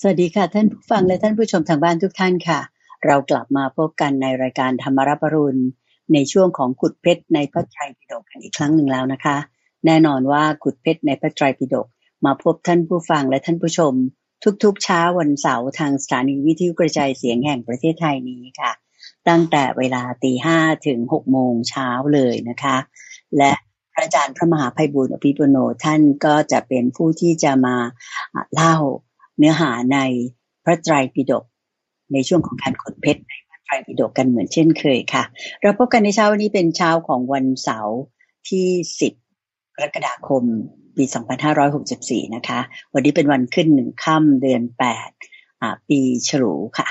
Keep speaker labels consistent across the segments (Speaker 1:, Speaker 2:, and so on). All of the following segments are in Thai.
Speaker 1: สวัสดีค่ะ ท่านผู้ฟังและท่านผู้ชมทางบ้านทุกท่านค่ะ เรากลับมาพบกันในรายการธรรมรับอรุณ ในช่วงของขุดเพชรในพระไตรปิฎกกันอีกครั้งหนึ่งแล้วนะคะ แน่นอนว่าขุดเพชรในพระไตรปิฎกมาพบท่านผู้ฟังและท่านผู้ชม ทุกๆเช้าวันเสาร์ทางสถานีวิทยุกระจายเสียงแห่งประเทศไทยนี้ค่ะ ตั้งแต่เวลาตีห้าถึงหกโมงเช้าเลยนะคะ และพระอาจารย์พระมหาไพบุญอภิปุโนท่านก็จะเป็นผู้ที่จะมาอ่ะเล่า เนื้อหาในพระไตรปิฎกในช่วงของการขนเพชรในพระไตรปิฎกกันเหมือนเช่นเคยค่ะ เราพบกันในเช้าวันนี้เป็นเช้าของวันเสาร์ที่ 10กรกฎาคม ปี 2564 นะคะ วันนี้เป็นวันขึ้นหนึ่งค่ำเดือน8อ่าปีฉลูค่ะ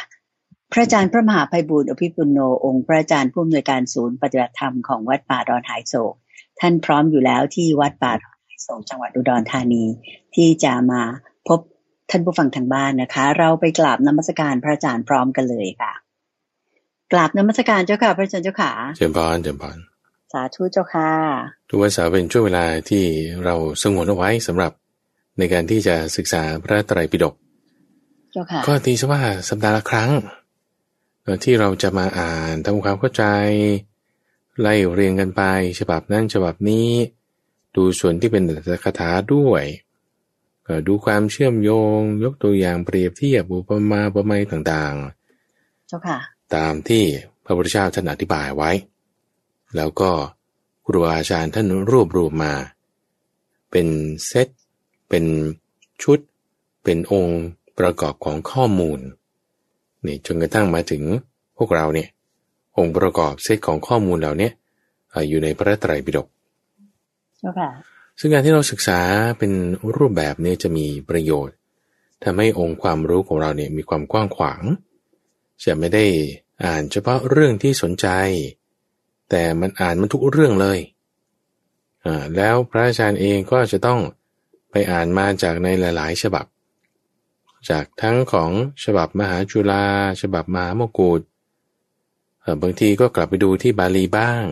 Speaker 1: พระอาจารย์พระมหาไพบูลย์อภิปุณโนองค์พระอาจารย์ผู้อำนวยการศูนย์ปฏิบัติธรรมของวัดป่าดอนหายโศก ท่านพร้อมอยู่แล้วที่วัดป่าดอนหายโศกจังหวัดอุดรธานี ที่จะมาพบท่านผู้ฟังทางบ้านนะคะ เราไปกราบนมัสการพระอาจารย์พร้อมกันเลยค่ะ กราบนมัสการเจ้าค่ะ พระอาจารย์เจ้าค่ะ
Speaker 2: เจริญพรเจริญพร
Speaker 1: สาธุเจ้าค่ะ
Speaker 2: ทุกวันเสาร์เป็นช่วงเวลาที่เราสงวนเอาไว้สำหรับในการที่จะศึกษาพระไตรปิฎก
Speaker 1: เจ้าค่ะ
Speaker 2: ก็ตีซะว่าสัปดาห์ละครั้งเอ่อที่เราจะมาอ่านทำความเข้าใจ ไล่เรียงกันไป ฉบับนั้นฉบับนี้ ดูส่วนที่เป็นอัตถคถาด้วยเอ่อดูความเชื่อมโยง ยกตัวอย่างเปรียบเทียบอุปมาอุปไมยต่างๆ
Speaker 1: เจ้าค่ะ
Speaker 2: ตามที่พระพุทธเจ้าท่านอธิบายไว้ แล้วก็ครูอาจารย์ท่านรวบรวมมา เป็นเซต เป็นชุด เป็นองค์ประกอบของข้อมูลนี่จนกระทั่งมาถึงพวกเราเนี่ยองค์ประกอบเซตของข้อมูลเหล่าเนี้ยเอ่ออยู่ในพระไตรปิฎก
Speaker 1: เจ้าค่ะ
Speaker 2: ซึ่งการที่เราศึกษาเป็นรูปแบบเนี่ยจะมีประโยชน์ทำให้องค์ความรู้ของเราเนี่ยมีความกว้างขวาง จะไม่ได้อ่านเฉพาะเรื่องที่สนใจ แต่มันอ่านมันทุกเรื่องเลยอ่าแล้วพระอาจารย์เองก็จะต้องไปอ่านมาจากในหลาย ๆ ฉบับ จากทั้งของฉบับมหาจุฬาฉบับมหามกุฏเอ่อบางทีก็กลับไปดูที่บาลีบ้าง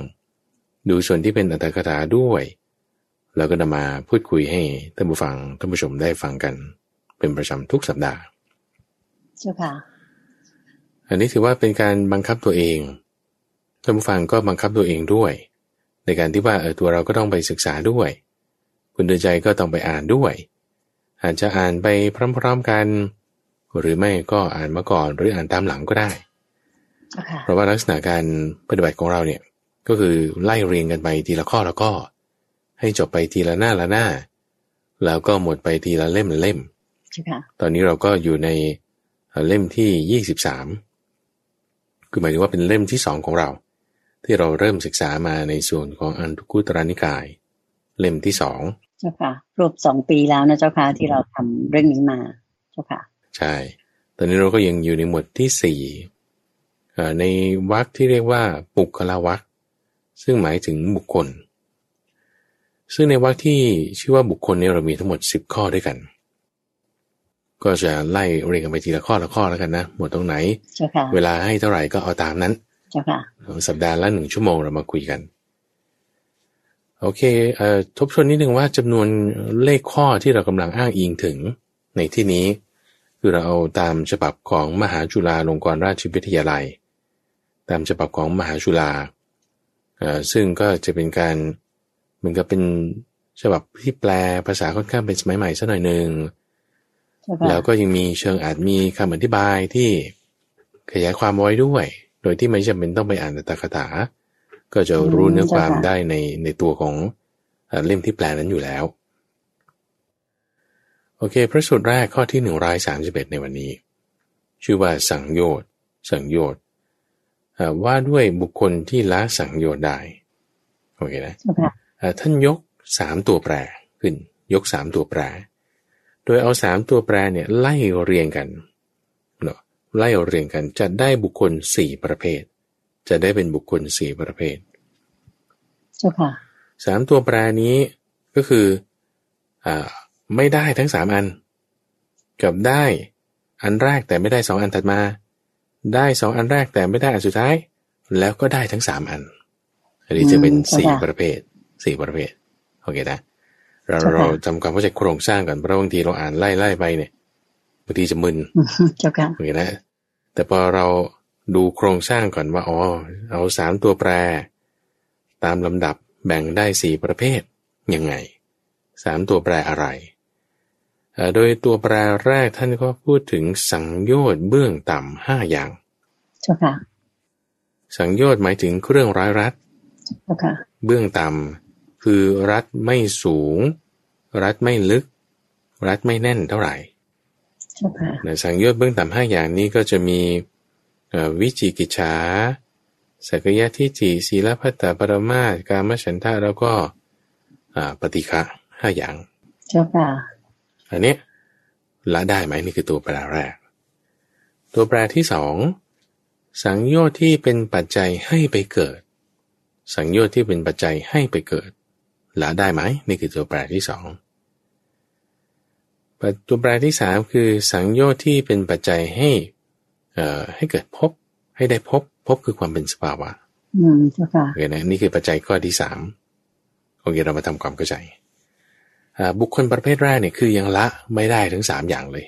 Speaker 2: ดูส่วนที่เป็นอัตถกถาด้วย แล้วก็นำมาพูดคุยให้ท่านผู้ฟังท่านผู้ชมได้ฟังกัน เป็นประจำทุกสัปดาห์
Speaker 1: เจ้าค่ะ
Speaker 2: อันนี้ถือว่าเป็นการบังคับตัวเองท่านผู้ฟังก็บังคับตัวเองด้วย ในการที่ว่าเออตัวเราก็ต้องไปศึกษาด้วย คุณเดินใจก็ต้องไปอ่านด้วย อาจจะอ่านไปพร้อมๆกัน หรือไม่ก็อ่านมาก่อนหรืออ่านตามหลังก็ได้
Speaker 1: เจ้าค่ะ
Speaker 2: เพราะว่าลักษณะการปฏิบัติของเราเนี่ยก็คือไล่เรียงกันไปทีละข้อละข้อให้จบไปทีละหน้าละหน้า แล้วก็หมดไปทีละเล่มละเล่ม
Speaker 1: เจ้าค่ะ
Speaker 2: ตอนนี้เราก็อยู่ในเอ่อเล่มที่ 23 คือหมายถึงว่าเป็นเล่มที่ 2 ของเรา ที่เราเริ่มศึกษามาในส่วนของอันทุกุตรานิกาย เล่มที่
Speaker 1: เจ้าค่ะ รวมสองปีแล้วนะเจ้าค่ะที่เราทำเรื่องนี้มา เจ้าค่ะ
Speaker 2: 2 ใช่ ตอนนี้เราก็ยังอยู่ในหมวดที่4เอ่อในวรรคที่เรียกว่าปุคละวรรคซึ่งหมายถึงบุคคล ซึ่งในวรรคที่ชื่อว่าบุคคลเนี่ยเรามีทั้งหมด 10 ข้อด้วยกัน ก็จะไล่เรียงกันไปทีละข้อละข้อแล้วกันนะ หมวดตรงไหน
Speaker 1: เจ้าค่ะ
Speaker 2: เวลาให้เท่าไหร่ก็เอาตามนั้น
Speaker 1: เจ้าค่ะ
Speaker 2: สัปดาห์ละหนึ่งชั่วโมงเรามาคุยกัน โอเคเอ่อทบทวนนิดนึงว่าจำนวนเลขข้อที่เรากำลังอ้างอิงถึงในที่นี้ คือเราเอาตามฉบับของมหาจุฬาลงกรณราชวิทยาลัย ตามฉบับของมหาจุฬาเอ่อซึ่งก็จะเป็นการเหมือนกับเป็นฉบับที่แปลภาษาค่อนข้างเป็นสมัยใหม่สักหน่อยหนึ่ง
Speaker 1: เจ้าค่ะ
Speaker 2: แล้วก็ยังมีเชิงอาจมีคำอธิบายที่ขยายความไว้ด้วย โดยที่ไม่จำเป็นต้องไปอ่านอัตถกถา ก็จะรู้เนื้อความได้ในในตัวของเอ่อเล่มที่แปลนั้นอยู่แล้ว โอเค พระสูตรแรกข้อที่ 131 ในวันนี้ ชื่อว่าสังโยชน์สังโยชน์เอ่อว่าด้วยบุคคลที่ละสังโยชน์ได้ โอเคนะ
Speaker 1: เจ้าค่ะ
Speaker 2: เอ่อท่านยกสามตัวแปรขึ้น ยกสามตัวแปร โดยเอาสามตัวแปรเนี่ยไล่เรียงกันเนาะไล่เรียงกันจะได้บุคคลสี่ประเภท จะได้เป็นบุคคลสี่ประเภท
Speaker 1: เจ้าค่ะ
Speaker 2: สามตัวแปรนี้ก็คืออ่าไม่ได้ทั้งสามอัน กับได้อันแรกแต่ไม่ได้สองอันถัดมา ได้สองอันแรกแต่ไม่ได้อันสุดท้าย แล้วก็ได้ทั้งสามอัน อันนี้จะเป็น
Speaker 1: อืม
Speaker 2: สี่
Speaker 1: เข้าใจ
Speaker 2: ประเภทสี่ประเภทโอเคนะเรา
Speaker 1: เข้าใจ
Speaker 2: เราจำความเข้าใจโครงสร้างก่อนเพราะบางทีเราอ่านไล่ไล่ไปเนี่ย บางทีจะมึน
Speaker 1: เจ้าค่ะ
Speaker 2: เหมือนกันนะแต่พอเราดูโครงสร้างก่อนว่าอ๋อเอาสามตัวแปร ตามลำดับแบ่งได้สี่ประเภทยังไงสามตัวแปรอะไรเอ่อโดยตัวแปรแรกท่านก็พูดถึงสังโยชน์เบื้องต่ำห้าอย่าง
Speaker 1: เจ้าค่ะ
Speaker 2: สังโยชน์หมายถึงเครื่องร้อยรัด
Speaker 1: เจ้าค่ะ
Speaker 2: เบื้องต่ำคือรัดไม่สูง รัดไม่ลึก รัดไม่แน่นเท่าไหร่
Speaker 1: เจ้าค่ะ
Speaker 2: นะสังโยชน์เบื้องต่ำห้าอย่างนี้ก็จะมีเอ่อวิจิกิจฉาสักยะทิฏฐิศีลพัตตปรมาสกามฉันทะแล้วก็อ่าปฏิฆะห้าอย่าง
Speaker 1: เจ้าค่ะ
Speaker 2: อันเนี้ยละได้ไหมนี่คือตัวแปรแรก ตัวแปรที่สองสังโยชน์ที่เป็นปัจจัยให้ไปเกิด สังโยชน์ที่เป็นปัจจัยให้ไปเกิดละได้ไหมนี่คือตัวแปรที่สองปัจตัวแปรที่สามคือสังโยชน์ที่เป็นปัจจัยให้เอ่อให้เกิดภพให้ได้ภพภพคือความเป็นสภาวะ
Speaker 1: อืมเจ้าค่ะ
Speaker 2: โอเคนะนี่คือปัจจัยข้อที่สามโอเคเรามาทำความเข้าใจอ่าบุคคลประเภทแรกเนี่ยคือยังละไม่ได้ถึงสามอย่างเลย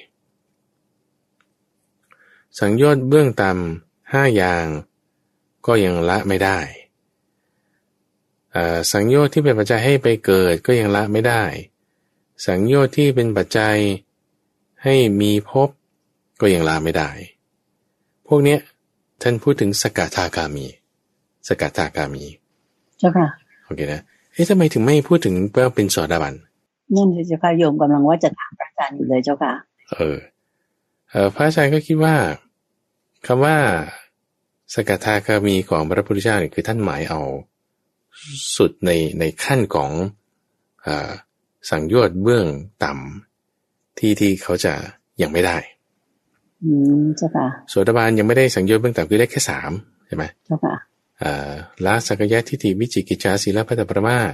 Speaker 2: สังโยชน์เบื้องต่ำห้าอย่าง ก็ยังละไม่ได้เอ่อสังโยชน์ที่เป็นปัจจัยให้ไปเกิดก็ยังละไม่ได้ สังโยชน์ที่เป็นปัจจัยให้มีภพก็ยังละไม่ได้ พวกเนี้ยท่านพูดถึงสกทาคามี สกทาคามี
Speaker 1: เจ้าค่ะ
Speaker 2: โอเคนะเอ๊ะทำไมถึงไม่พูดถึงว่าเป็นโสดาบัน
Speaker 1: นั่นสิเจ้าค่ะโยมกำลังว่าจะถามพระอาจารย์อยู่เลยเจ้าค่ะ
Speaker 2: เออเอ่อพระอาจารย์ก็คิดว่าคำว่าสกทาคามีของพระพุทธเจ้าเนี่ยคือท่านหมายเอาสุดในในขั้นของเอ่อสังโยชน์เบื้องต่ำที่ที่เขาจะยังไม่ได้
Speaker 1: อืมเจ้าค่ะ
Speaker 2: โสดาบันยังไม่ได้สังโยชน์เบื้องต่ำคือได้แค่สามใช่ไหม
Speaker 1: เจ้าค่ะ
Speaker 2: เอ่อละสักยะทิฏฐิวิจิกิจฉาศีลพัตตปรมาส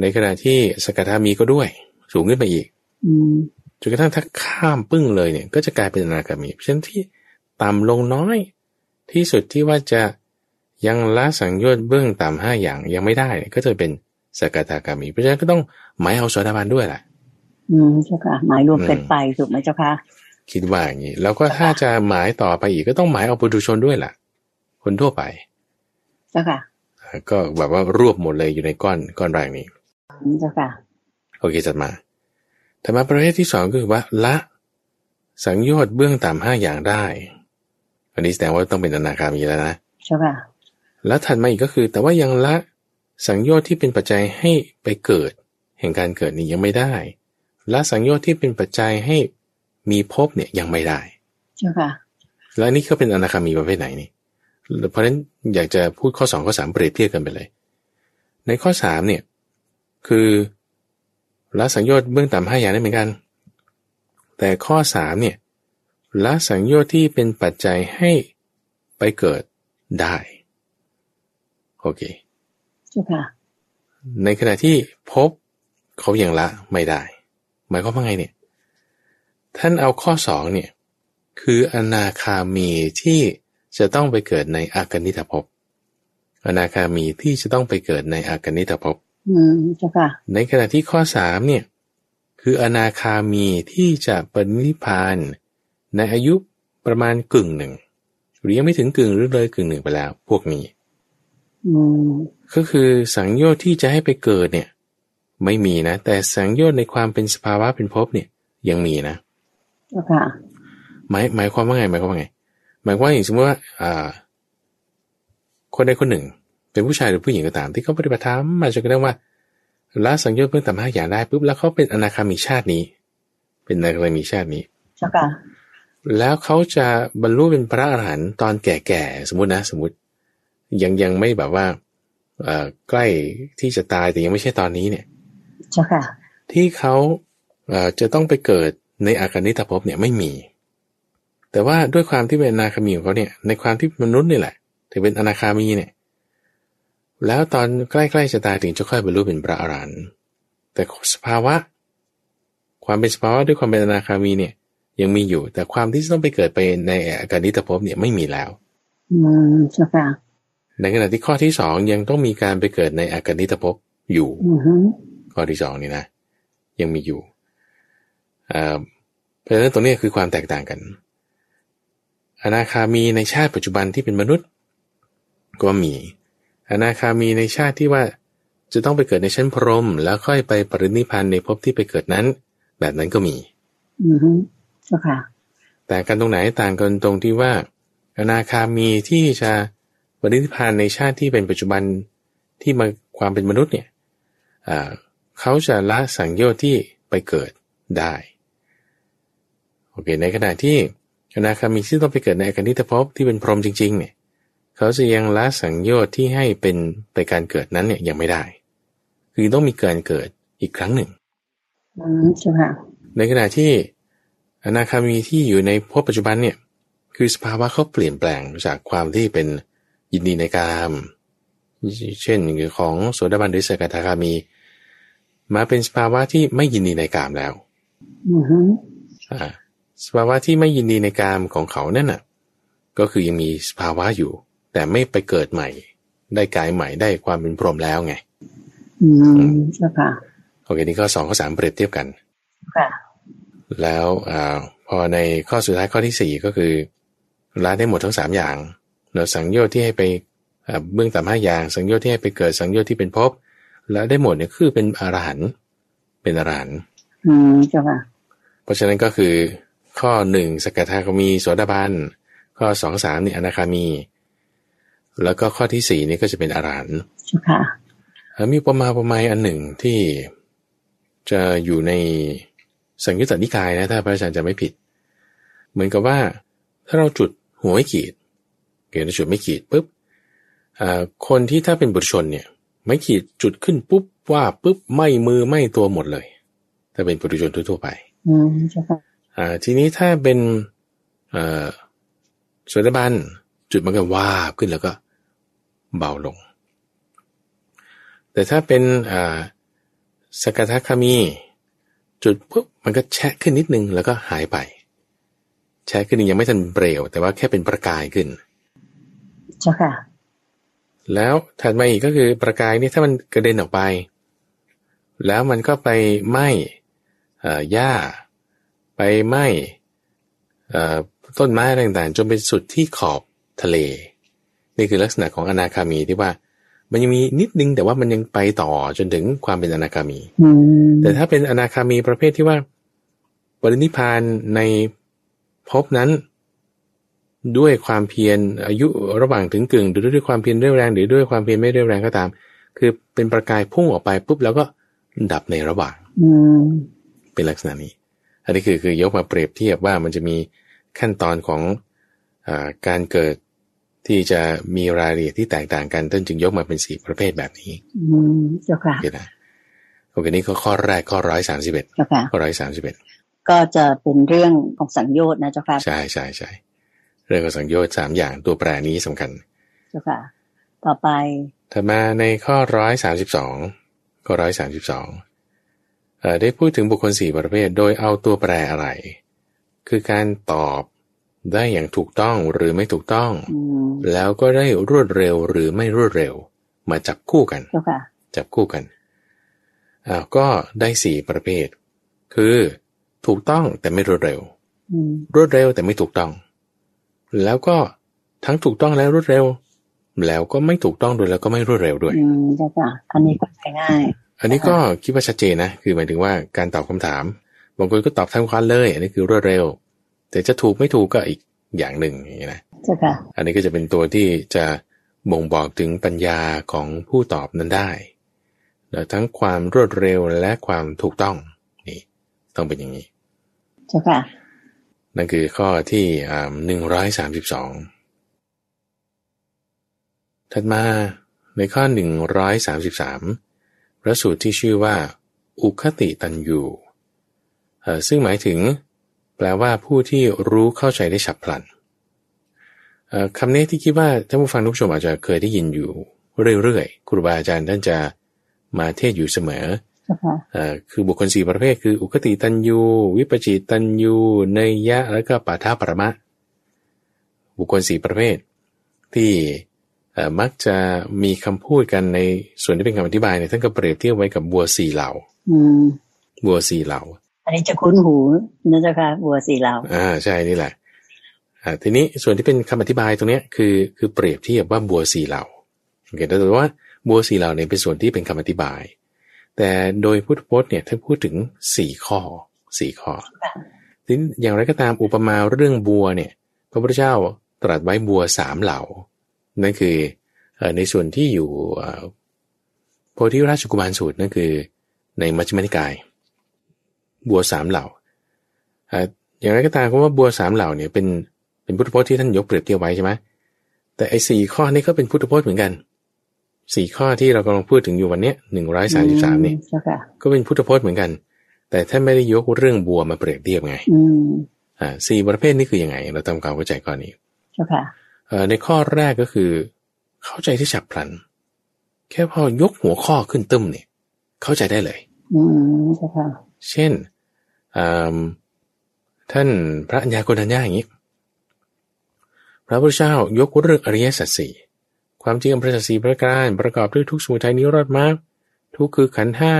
Speaker 2: ในขณะที่สกทามีก็ด้วย สูงขึ้นไปอีก
Speaker 1: อืม
Speaker 2: จนกระทั่งถ้าข้ามปึ้งเลยเนี่ย ก็จะกลายเป็นอนาคามีเพราะฉะนั้นที่ต่ำลงน้อย ที่สุดที่ว่าจะยังละสังโยชน์เบื้องต่ำห้าอย่างยังไม่ได้เนี่ยก็จะเป็นสกทาคามี เพราะฉะนั้นก็ต้องหมายเอาโสดาบันด้วยแหละ
Speaker 1: อืมเจ้าค่ะหมายรวมกันไปถูกไหมเจ้าค่ะ
Speaker 2: คิดว่าอย่างนี้แล้วก็ถ้าจะหมายต่อไปอีกก็ต้องหมายเอาปุถุชนด้วยแหละคนทั่วไป
Speaker 1: เจ้าค่ะ
Speaker 2: ก็แบบว่ารวบหมดเลยอยู่ในก้อนก้อนแรกนี้
Speaker 1: อืมเจ้าค่ะ
Speaker 2: โอเคจัดมาธรรมะประเภทที่สองก็คือว่าละ สังโยชน์เบื้องต่ำห้าอย่างได้ อันนี้แสดงว่าต้องเป็นอนาคามีแล้วนะ
Speaker 1: เจ้าค่ะ
Speaker 2: แล้วถัดมาอีกก็คือ แต่ว่ายังละสังโยชน์ที่เป็นปัจจัยให้ไปเกิด แห่งการเกิดนี่ยังไม่ได้ละสังโยชน์ที่เป็นปัจจัยให้มีภพเนี่ยยังไม่ได้
Speaker 1: เจ้าค่ะ
Speaker 2: แล้วอันนี่ก็เป็นอนาคามีประเภทไหนนี่ เพราะฉะนั้นอยากจะพูดข้อสองข้อสามเปรียบเทียบกันไปเลย ในข้อสามเนี่ยคือละสังโยชน์เบื้องต่ำห้าอย่างได้เหมือนกัน แต่ข้อสามเนี่ยละสังโยชน์ที่เป็นปัจจัยให้ไปเกิดได้โอเค
Speaker 1: เจ้าค่ะ
Speaker 2: ในขณะที่พบเขายัางละไม่ได้ หมายความว่าไงเนี่ย ท่านเอาข้อสองเนี่ย คืออนาคามีที่จะต้องไปเกิดในอากนิตภพอนาคามีที่จะต้องไปเกิดในอากนิตภพ
Speaker 1: อืมเจ้าค่ะ
Speaker 2: ในขณะที่ข้อสามเนี่ยคืออนาคามีที่จะปรินิพพานในอายุประมาณกึ่งหนึ่งหรือยังไม่ถึงกึ่งหรือเลยกึ่งหนึ่งไปแล้ว พวกนี้
Speaker 1: อืม
Speaker 2: ก็คือสังโยชน์ที่จะให้ไปเกิดเนี่ยไม่มีนะ แต่สังโยชน์ในความเป็นสภาวะเป็นภพเนี่ยยังมีนะ
Speaker 1: เจ้าค่ะ
Speaker 2: หมายหมายความว่าไงหมายความว่าไง หมายความว่าอย่างสมมติว่าอ่า คนใดคนหนึ่ง เป็นผู้ชายหรือผู้หญิงก็ตาม ที่เขาปฏิบัติธรรมมาจนกระทั่งว่าละสังโยชน์เพิ่งต่ำห้าอย่างได้ปุ๊บแล้วเขาเป็นอนาคามีชาตินี้ เป็นอนาคามีชาตินี้
Speaker 1: เจ้าค่ะ
Speaker 2: แล้วเขาจะบรรลุเป็นพระอรหันต์ตอนแก่ๆสมมตินะ สมมติ ยังยังไม่แบบว่าเอ่อใกล้ที่จะตายแต่ยังไม่ใช่ตอนนี้เนี่ย
Speaker 1: เจ้าค่ะ
Speaker 2: ที่เขาเอ่อจะต้องไปเกิดในอาการนิตภพเนี่ยไม่มี แต่ว่าด้วยความที่เป็นอนาคามีของเขาเนี่ยในความที่มนุษย์นี่แหละถึงเป็นอนาคามีเนี่ย แล้วตอนใกล้ๆจะตายถึงจะค่อยบรรลุเป็นพระอรหันต์แต่สภาวะ ความเป็นสภาวะด้วยความเป็นอนาคามีเนี่ย ยังมีอยู่ แต่ความที่จะต้องไปเกิดไปในอาการนิตภพเนี่ยไม่มีแล้ว
Speaker 1: อืมเจ้าค่ะ
Speaker 2: ในขณะที่ข้อที่สองยังต้องมีการไปเกิดในอาการนิตภพอยู่
Speaker 1: อือฮึ
Speaker 2: ข้อที่สองนี่นะ ยังมีอยู่เอ่อ ราะฉะนั้นตรงนี้คือความแตกต่างกัน อนาคามีในชาติปัจจุบันที่เป็นมนุษย์ ก็มี อนาคามีในชาติที่ว่าจะต้องไปเกิดในชั้นพรหมแล้วค่อยไปปรินิพพานในภพที่ไปเกิดนั้น แบบนั้นก็มี
Speaker 1: อือฮึเจ้าค่ะ
Speaker 2: แต่กันตรงไหนต่างกันตรงที่ว่า อนาคามีที่จะปรินิพพานในชาติที่เป็นปัจจุบันที่มาความเป็นมนุษย์เนี่ยอ่าเขาจะละสังโยชน์ที่ไปเกิดได้ โอเค ในขณะที่อนาคามีที่ต้องไปเกิดในอคันธิตภพที่เป็นพรหมจริง ๆ เนี่ย เขาจะยังละสังโยชน์ที่ให้เป็นไปการเกิดนั้นเนี่ยยังไม่ได้ คือต้องมีการเกิดอีกครั้งหนึ่ง
Speaker 1: อืมเจ้าค่ะ
Speaker 2: ในขณะที่อนาคามีที่อยู่ในภพปัจจุบันเนี่ย คือสภาวะเขาเปลี่ยนแปลงจากความที่เป็นยินดีในกามเช่นของโสดาบันหรือสกทาคามี มาเป็นสภาวะที่ไม่ยินดีในกามแล้ว
Speaker 1: อือฮึ
Speaker 2: อ่าสภาวะที่ไม่ยินดีในกามของเขานั่นน่ะ ก็คือยังมีสภาวะอยู่ แต่ไม่ไปเกิดใหม่ ได้กายใหม่ได้ความเป็นพรหมแล้วไง
Speaker 1: อืมเจ้าค่ะ
Speaker 2: โอเคนี่ก็สองข้อสามเปรียบเทียบกัน
Speaker 1: เจ้าค่ะ
Speaker 2: แล้วอาพอในข้อสุดท้ายข้อที่สี่ก็คือละได้หมดทั้งสามอย่างเราสังโยชน์ที่ให้ไปอ่าเบื้องต่ำห้าอย่าง สังโยชน์ที่ให้ไปเกิดสังโยชน์ที่เป็นภพละได้หมดเนี่ยคือเป็นอรหันต์เป็นอรหันต์
Speaker 1: อืมเจ้าค่ะ
Speaker 2: เพราะฉะนั้นก็คือข้อหนึ่งสกทาคามีโสดาบันข้อสองสามเนี่ยอนาคามี แล้วก็ข้อที่สี่นี่ก็จะเป็นอรหันต์
Speaker 1: เจ้าค่ะ
Speaker 2: เอ่อมีประมาประมาณอันหนึ่งที่จะอยู่ในสังยุตตนิกายนะถ้าพระอาจารย์จะไม่ผิด เหมือนกับว่าถ้าเราจุดหัวไม่ขีดเกิดจุดไม่ขีดปุ๊บอ่าคนที่ถ้าเป็นบุตรชนเนี่ย ไม่ขีดจุดขึ้นปุ๊บว่าปุ๊บไม่มือไม่ตัวหมดเลย ถ้าเป็นปุถุชนทั่วๆไป
Speaker 1: อืมเจ้าค่ะ
Speaker 2: อ่าทีนี้ถ้าเป็นเอ่อโสดาบันจุดมันก็วาบขึ้นแล้วก็เบาลง แต่ถ้าเป็นอ่าสกทาคามี จุดปุ๊บมันก็แชะขึ้นนิดนึงแล้วก็หายไป แชะขึ้นยังไม่ทันเปลวแต่ว่าแค่เป็นประกายขึ้น
Speaker 1: เจ้าค่ะ
Speaker 2: แล้วถัดมาอีกก็คือประกายนี่ถ้ามันกระเด็นออกไป แล้วมันก็ไปไหม้เอ่อหญ้า ไปไหม้เอ่อต้นไม้อะไรต่างๆ จนไปสุดที่ขอบทะเล นี่คือลักษณะของอนาคามีที่ว่า มันยังมีนิดนึงแต่ว่ามันยังไปต่อจนถึงความเป็นอนาคามี
Speaker 1: อืม
Speaker 2: แต่ถ้าเป็นอนาคามีประเภทที่ว่าปรินิพพานในภพนั้น ด้วยความเพียรอายุระหว่างถึงกึ่งหรือด้วยความเพียรเรื่อยแรง หรือด้วยความเพียรไม่เรื่อยแรงก็ตาม คือเป็นประกายพุ่งออกไปปุ๊บแล้วก็ดับในระหว่าง
Speaker 1: อืม
Speaker 2: เป็นลักษณะนี้ อันนี้คือคือยกมาเปรียบเทียบว่ามันจะมีขั้นตอนของอาการเกิดที่จะมีรายละเอียดที่แตกต่างกันต้นจึงยกมาเป็นสี่ประเภทแบบนี้
Speaker 1: อืมเจ้าค่ะ
Speaker 2: โอเคนะโอเคนี่ก็ข้อแรกข้อร้อยสามสิบเอ็ด
Speaker 1: เจ้าค่ะ
Speaker 2: ข้อร้อยสามสิบเอ็ด
Speaker 1: ก็จะเป็นเรื่องของสังโยชน์นะเจ้าค่ะ
Speaker 2: ใช่ใช่ใช่เรื่องของสังโยชน์สามอย่างตัวแปรนี้สำคัญ
Speaker 1: เจ้าค่ะ ต่อไป
Speaker 2: ถัดมาในข้อร้อยสามสิบสองข้อร้อยสามสิบสองได้พูดถึงบุคคลสี่ประเภท โดยเอาตัวแปรอะไร คือการตอบได้อย่างถูกต้องหรือไม่ถูกต้อง
Speaker 1: อืม
Speaker 2: แล้วก็ได้รวดเร็วหรือไม่รวดเร็ว มาจับคู่กัน
Speaker 1: เจ้าค่ะ
Speaker 2: จับคู่กันอ่าก็ได้สี่ประเภท คือถูกต้องแต่ไม่รวดเร็ว
Speaker 1: อืม
Speaker 2: รวดเร็วแต่ไม่ถูกต้อง แล้วก็ทั้งถูกต้องและรวดเร็ว แล้วก็ไม่ถูกต้องด้วยแล้วก็ไม่รวดเร็วด้วย
Speaker 1: อืมเจ้าค่ะ อันนี้ก็ใช้ง่าย
Speaker 2: อันนี้ก็คิดว่าชัดเจนนะ คือหมายถึงว่าการตอบคำถาม บางคนก็ตอบทันควันเลย อันนี้คือรวดเร็ว แต่จะถูกไม่ถูกก็อีกอย่างหนึ่งอย่างนี้นะ
Speaker 1: เจ้าค่ะ
Speaker 2: อันนี้ก็จะเป็นตัวที่จะบ่งบอกถึงปัญญาของผู้ตอบนั้นได้แล้วทั้งความรวดเร็วและความถูกต้อง นี่ ต้องเป็นอย่างนี้
Speaker 1: เจ้าค่ะ
Speaker 2: นั่นคือข้อที่หนึ่งร้อยสามสิบสอง ถัดมาในข้อหนึ่งร้อยสามสิบสามพระสูตรที่ชื่อว่า อุคติตันยูเอ่อซึ่งหมายถึง แปลว่าผู้ที่รู้เข้าใจได้ฉับพลันเอ่อคำนี้ที่คิดว่าท่านผู้ฟังทุกชมอาจจะเคยได้ยินอยู่เรื่อยๆ ครูบาอาจารย์ท่านจะมาเทศน์อยู่เสมอ
Speaker 1: เจ้าค่ะ
Speaker 2: เอ่อคือบุคคลสี่ประเภทคืออุคติตันยู วิปจิตตันยูเนยยะ แล้วก็ปาทาปรมะ บุคคลสี่ประเภท ที่เอ่อมักจะมีคำพูดกันในส่วนที่เป็นคำอธิบายเนี่ยท่านก็เปรียบเทียบไว้กับบัวสี่เหล่า
Speaker 1: อืม
Speaker 2: บัวสี่เหล่า
Speaker 1: แต่ นนี้จะคุ้นหูนะเจ้าค่ะบัวสีเหลา
Speaker 2: อ่าใช่นี่แหละอ่าทีนี้ส่วนที่เป็นคำอธิบายตรงเนี้ยคือคือเปรียบเทียบว่าบัวสีเหลาโอเคแต่ว่าบัวสีเหลาเนี่ยเป็นส่วนที่เป็นคำอธิบาย แต่โดยพุทธพจน์เนี่ยท่านพูดถึงสี่ข้อสี่ข้อทีนี้อย่างไรก็ตามอุปมาเรื่องบัวเนี่ยพระพุทธเจ้าตรัสไว้บัวสามเหล่า นั่นคือเอ่อในส่วนที่อยู่เอ่อโพธิราชกุมารสูตรนั่นคือ ในมัชฌิมนิกาย บัวสามเหล่าเอ่ออย่างไรก็ตามคำว่าบัวสามเหล่าเนี่ยเป็นเป็นพุทธพจน์ที่ท่านยกเปรียบเทียบไว้ใช่ไหมแต่ไอ้สี่ข้อนี้ก็เป็นพุทธพจน์เหมือนกันสี่ข้อที่เรากำลังพูดถึงอยู่วันเนี้ยหนึ่งร้อยสามสิบสามนี่
Speaker 1: เจ้าค่ะ
Speaker 2: ก็เป็นพุทธพจน์เหมือนกัน แต่ท่านไม่ได้ยกเรื่องบัวมาเปรียบเทียบไง
Speaker 1: อืม
Speaker 2: อ่าสี่ประเภทนี่คือยังไง เราทำความเข้าใจก่อนนี้
Speaker 1: เจ้าค่ะ
Speaker 2: เอ่อในข้อแรกก็คือ เข้าใจที่ฉับพลัน แค่พอยกหัวข้อขึ้นตึ้มเนี่ย เข้าใจได้เลย
Speaker 1: อืมเจ้าค่ะ
Speaker 2: เช่นอืมท่านพระอัญญาโกณทัญญาอย่างนี้ พระพุทธเจ้ายกเรื่องอริยสัจสี่ความจริงอันพระสัจสี่ประการประกอบด้วยทุกข์สมุทัยนิโรธมรรคทุกข์คือขันธ์ห้า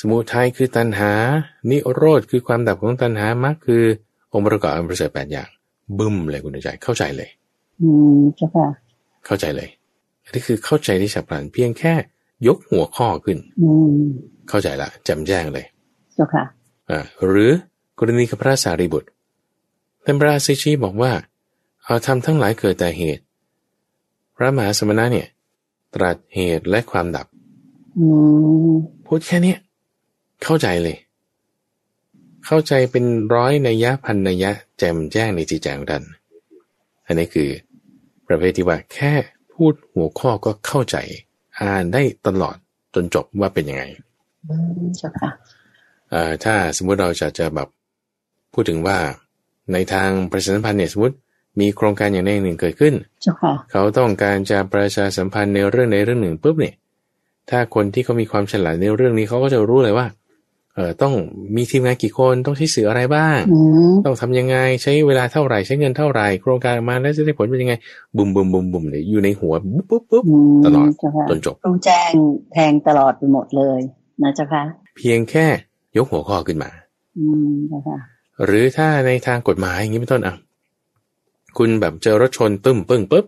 Speaker 2: สมุทัยคือตัณหา นิโรธคือความดับของตัณหามรรคคือองค์ประกอบอันประเสริฐแปดอย่าง บึ้มเลยคุณใจเข้าใจเลย
Speaker 1: อืมเจ้าค่ะ
Speaker 2: เข้าใจเลย อันนี้คือเข้าใจที่ฉับพลันเพียงแค่ยกหัวข้อขึ้น
Speaker 1: อืม
Speaker 2: เข้าใจละแจำแจ้งเลย
Speaker 1: เจ้าค่ะ
Speaker 2: อ่าหรือกรณีกับพระสารีบุตรท่านพระสิชีบอกว่า เอาทำทั้งหลายเกิดแต่เหตุ พระมหาสมณะเนี่ย ตรัสเหตุและความดับ
Speaker 1: อืม
Speaker 2: พูดแค่เนี้ยเข้าใจเลย เข้าใจเป็นร้อยนัยยะพันนัยยะแจ่มแจ้งในจิตใจของท่านอันนี้คือ ประเภทที่ว่าแค่พูดหัวข้อก็เข้าใจ อ่านได้ตลอดจนจบว่าเป็นยังไง
Speaker 1: อืมเจ้าค่ะ
Speaker 2: เอ่อถ้าสมมุติเราจะจะแบบพูดถึงว่าในทางประชาสัมพันธ์เนี่ยสมมติมีโครงการอย่างใดอย่างหนึ่งเกิดขึ้น
Speaker 1: เจ้าค่ะ
Speaker 2: เขาต้องการจะประชาสัมพันธ์ในเรื่องใดเรื่องหนึ่งปุ๊บเนี่ยถ้าคนที่เขามีความฉลาดในเรื่องนี้เขาก็จะรู้เลยว่าเออต้องมีทีมงานกี่คนต้องใช้สื่ออะไรบ้าง
Speaker 1: อืม
Speaker 2: ต้องทำยังไงใช้เวลาเท่าไหร่ใช้เงินเท่าไหร่โครงการออกมาแล้วจะได้ผลเป็นยังไงบุมบุมบุมบุมเนี่ยอยู่ในหัวปุ๊บปุ๊บปุ๊บ
Speaker 1: อืม
Speaker 2: ตลอด
Speaker 1: เจ้าค่ะ
Speaker 2: จนจบ
Speaker 1: รู้แจ้งแทงตลอดไปหมดเลยนะเจ้าค่ะ
Speaker 2: เพียงแค่ยกหัวข้อขึ้นมา
Speaker 1: อืมเจ้าค่ะ
Speaker 2: หรือถ้าในทางกฎหมายอย่างนี้เป็นต้นอ่ะคุณแบบเจอรถชนตึ้มปึ้งปุ๊บ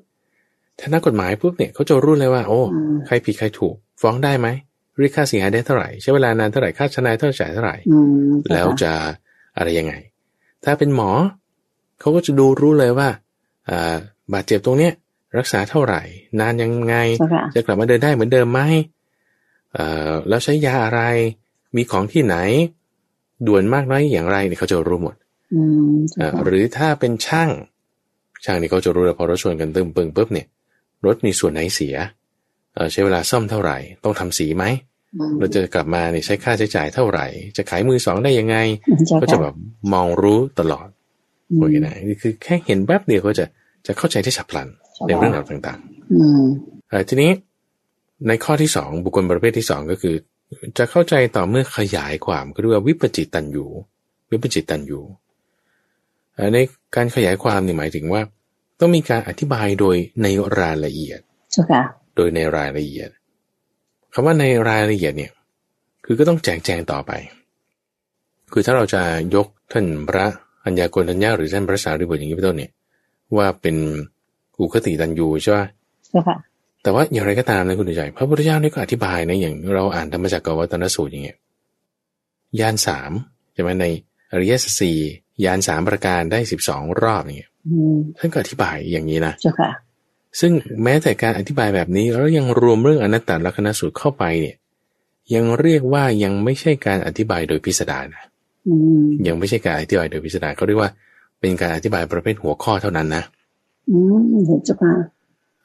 Speaker 2: ถ้านักกฎหมายปุ๊บเนี่ยเขาจะรู้เลยว่า โอ้
Speaker 1: อืม
Speaker 2: ใครผิดใครถูก ฟ้องได้ไหมเรียกค่าเสียหายได้เท่าไหร่ใช้เวลานานเท่าไหร่ค่าชนายเท่าไหร่จ่ายเท่าไหร่
Speaker 1: อืมเจ้าค่ะ
Speaker 2: แล้วจะอะไรยังไง ถ้าเป็นหมอเขาก็จะดูรู้เลยว่าอ่าบาดเจ็บตรงเนี้ย รักษาเท่าไหร่ นานยังไง
Speaker 1: เจ้าค่ะ
Speaker 2: จะกลับมาเดินได้เหมือนเดิมไหมเอ่อแล้วใช้ยาอะไร มีของที่ไหน ด่วนมากน้อยอย่างไรเนี่ยเขาจะรู้หมด
Speaker 1: อืมเจ้า
Speaker 2: อ่า
Speaker 1: ค่ะ
Speaker 2: หรือถ้าเป็นช่าง ช่างนี่เขาจะรู้แล้วพอรถชนกันตึมปึงปุ๊บเนี่ย รถมีส่วนไหนเสียเอ่อใช้เวลาซ่อมเท่าไหร่ ต้องทำสีไหม
Speaker 1: อืม
Speaker 2: เราจะกลับมาเนี่ยใช้ค่าใช้จ่ายเท่าไหร่ จะขายมือสองได้ยังไง
Speaker 1: เจ้า
Speaker 2: ก็
Speaker 1: ค่
Speaker 2: จะแบบมองรู้ตลอด
Speaker 1: อืม
Speaker 2: โอเคนะนี่คือแค่เห็นแป๊บเดียวก็จะจะเข้าใจที่ฉับพลันในเรื่องราวต่าง
Speaker 1: อืม
Speaker 2: ๆเอ่อทีนี้ในข้อที่สองบุคคลประเภทที่สองก็คือ จะเข้าใจต่อเมื่อขยายความก็เรียกว่าวิปจิตตันยูวิปจิตตันยู เอ่อในการขยายความเนี่ยหมายถึงว่า ต้องมีการอธิบายโดยในรายละเอียด
Speaker 1: เจ้าค่ะ
Speaker 2: โดยในรายละเอียดคำว่าในรายละเอียดเนี่ยคือก็ต้องแจกแจงต่อไป คือถ้าเราจะยกท่านพระอัญญาโกณทัญญาหรือท่านพระสารีบุตรอย่างนี้เป็นต้นเนี่ยว่าเป็นอุคติตันยูใช่ไหม
Speaker 1: เจ้าค่ะ
Speaker 2: แต่ว่าอย่างไรก็ตามนะคุณใจพระพุทธเจ้านี่ก็อธิบายนะอย่างเราอ่านธรรมจักรกับวัตนสูตรอย่างเงี้ยยานสามใช่ไหมในอริยสัจสี่ยานสามประการได้สิบสองรอบอย่างเงี้ย
Speaker 1: อืม
Speaker 2: ท่านก็อธิบายอย่างนี้นะ
Speaker 1: เจ้าค่ะ
Speaker 2: ซึ่งแม้แต่การอธิบายแบบนี้แล้วยังรวมเรื่องอนัตตลักษณสูตรเข้าไปเนี่ย ยังเรียกว่ายังไม่ใช่การอธิบายโดยพิสดารนะ
Speaker 1: อืม
Speaker 2: ยังไม่ใช่การอธิบายโดยพิสดารเขาเรียกว่าเป็นการอธิบายประเภทหัวข้อเท่านั้นนะ
Speaker 1: อืมเห็นเจ้าค่ะ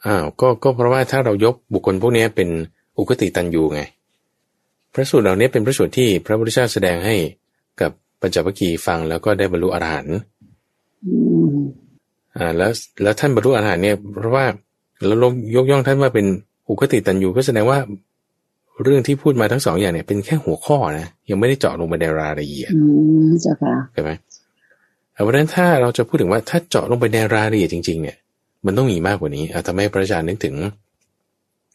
Speaker 2: อ้าวก็ก็เพราะว่าถ้าเรายกบุคคลพวกนี้เป็นอุคติตันยูไง พระสูตรเหล่านี้เป็นพระสูตรที่พระพุทธเจ้าแสดงให้กับปัญจวัคคีย์ฟังแล้วก็ได้บรรลุอรหันต์
Speaker 1: อืม
Speaker 2: อ่าแล้วแล้วท่านบรรลุอรหันต์เนี่ยเพราะว่าเราลงยกย่องท่านว่าเป็นอุคติตันยูก็แสดงว่า เรื่องที่พูดมาทั้งสองอย่างเนี่ยเป็นแค่หัวข้อนะยังไม่ได้เจาะลงไปในรายละเอียด
Speaker 1: อืมเจ้าค่ะ
Speaker 2: ใช่ไหมเอาเพราะฉะนั้นถ้าเราจะพูดถึงว่าถ้าเจาะลงไปในรายละเอียดจริง ๆ เนี่ย มันต้องมีมากกว่านี้อ่าทำให้พระอาจารย์นึกถึง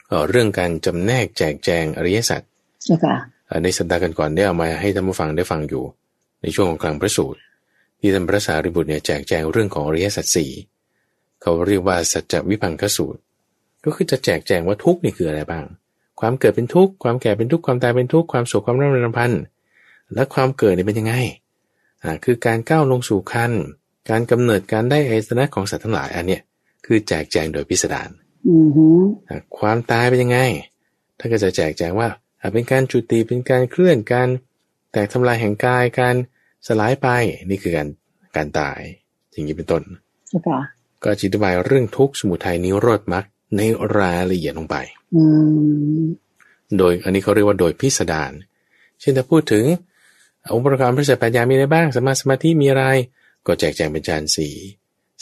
Speaker 2: เอ่อเรื่องการจำแนกแจกแจงอริยสัจ
Speaker 1: เจ้าค่ะ
Speaker 2: เอ่อในสัปดาห์ก่อนๆได้เอามาให้ท่านผู้ฟังได้ฟังอยู่ ในช่วงของกลางพระสูตร ที่ท่านพระสารีบุตรเนี่ยแจกแจงเรื่องของอริยสัจสี่เขาเรียกว่าสัจจวิพังคสูตร ก็คือจะแจกแจงว่าทุกข์นี่คืออะไรบ้าง ความเกิดเป็นทุกข์ความแก่เป็นทุกข์ความตายเป็นทุกข์ความโศกความร่ำไรรำพันธ์และความเกิดเนี่ยเป็นยังไงอ่าคือการก้าวลงสู่คันการกำเนิดการได้อายตนะของสัตว์ทั้งหลายอันเนี่ยคือแจกแจงโดยพิสดาร
Speaker 1: อืมฮึ
Speaker 2: อ่ะความตายเป็นยังไง ถ้านก็จะแจกแจงว่าอ่ะเป็นการจุติ เป็นการเคลื่อน การแตกทำลายแห่งกาย การสลายไป นี่คือการการตาย อย่างนี้เป็นต้น
Speaker 1: เจ้าค่ะ
Speaker 2: ก็จิตบายเรื่องทุกข์สมุทัยนิโรธมรรคในรายละเอียดลงไป
Speaker 1: อืม
Speaker 2: โดยอันนี้เขาเรียกว่าโดยพิสดารเช่นถ้าพูดถึงองค์ประกอบพระสัพพัญญามีอะไรบ้างสมมาสมาธิมีอะไร ก็แจกแจงเป็นฌานสี่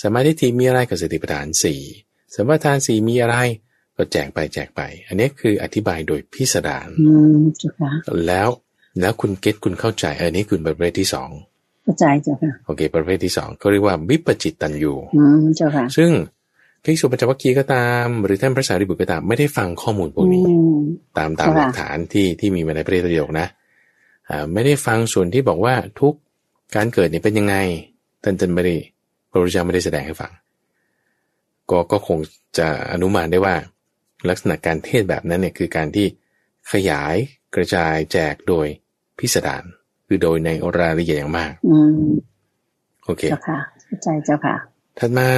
Speaker 2: สมมาธิฏฐิมีอะไรก็สติปัฏฐานสี่สมมาทานสี่มีอะไร ก็แจกไปแจกไป อันนี้คืออธิบายโดยพิสดาร
Speaker 1: อืมเจ้าค่ะ
Speaker 2: แล้วแล้วคุณเก็ตคุณเข้าใจอันนี้คือประเภทที่สอง
Speaker 1: เข้าใจเจ้าค่ะ
Speaker 2: โอเค ประเภทที่สองเขาเรียกว่าวิปจิตตันยู
Speaker 1: อืมเจ้าค่ะ
Speaker 2: ซึ่งภิกษุปัญจวัคคีย์ก็ตาม หรือท่านพระสารีบุตรก็ตามไม่ได้ฟังข้อมูลพวกนี้
Speaker 1: อืม
Speaker 2: ตามตาม
Speaker 1: ค่ะ
Speaker 2: หลักฐานที่ที่มีมาในพระไตรปิฎกนะอ่าไม่ได้ฟังส่วนที่บอกว่าทุกการเกิดเนี่ยเป็นยังไงท่านจันไม่ได้พระพุทธเจ้าไม่ได้แสดงให้ฟัง ก็ก็คงจะอนุมานได้ว่า ลักษณะการเทศแบบนั้นเนี่ยคือการที่ขยายกระจายแจกโดยพิสดารคือโดยในรายละเอียดอย่างมาก
Speaker 1: อืม
Speaker 2: โอเค
Speaker 1: เจ้าค่ะเข้าใจเจ้าค่ะ
Speaker 2: ถัดมา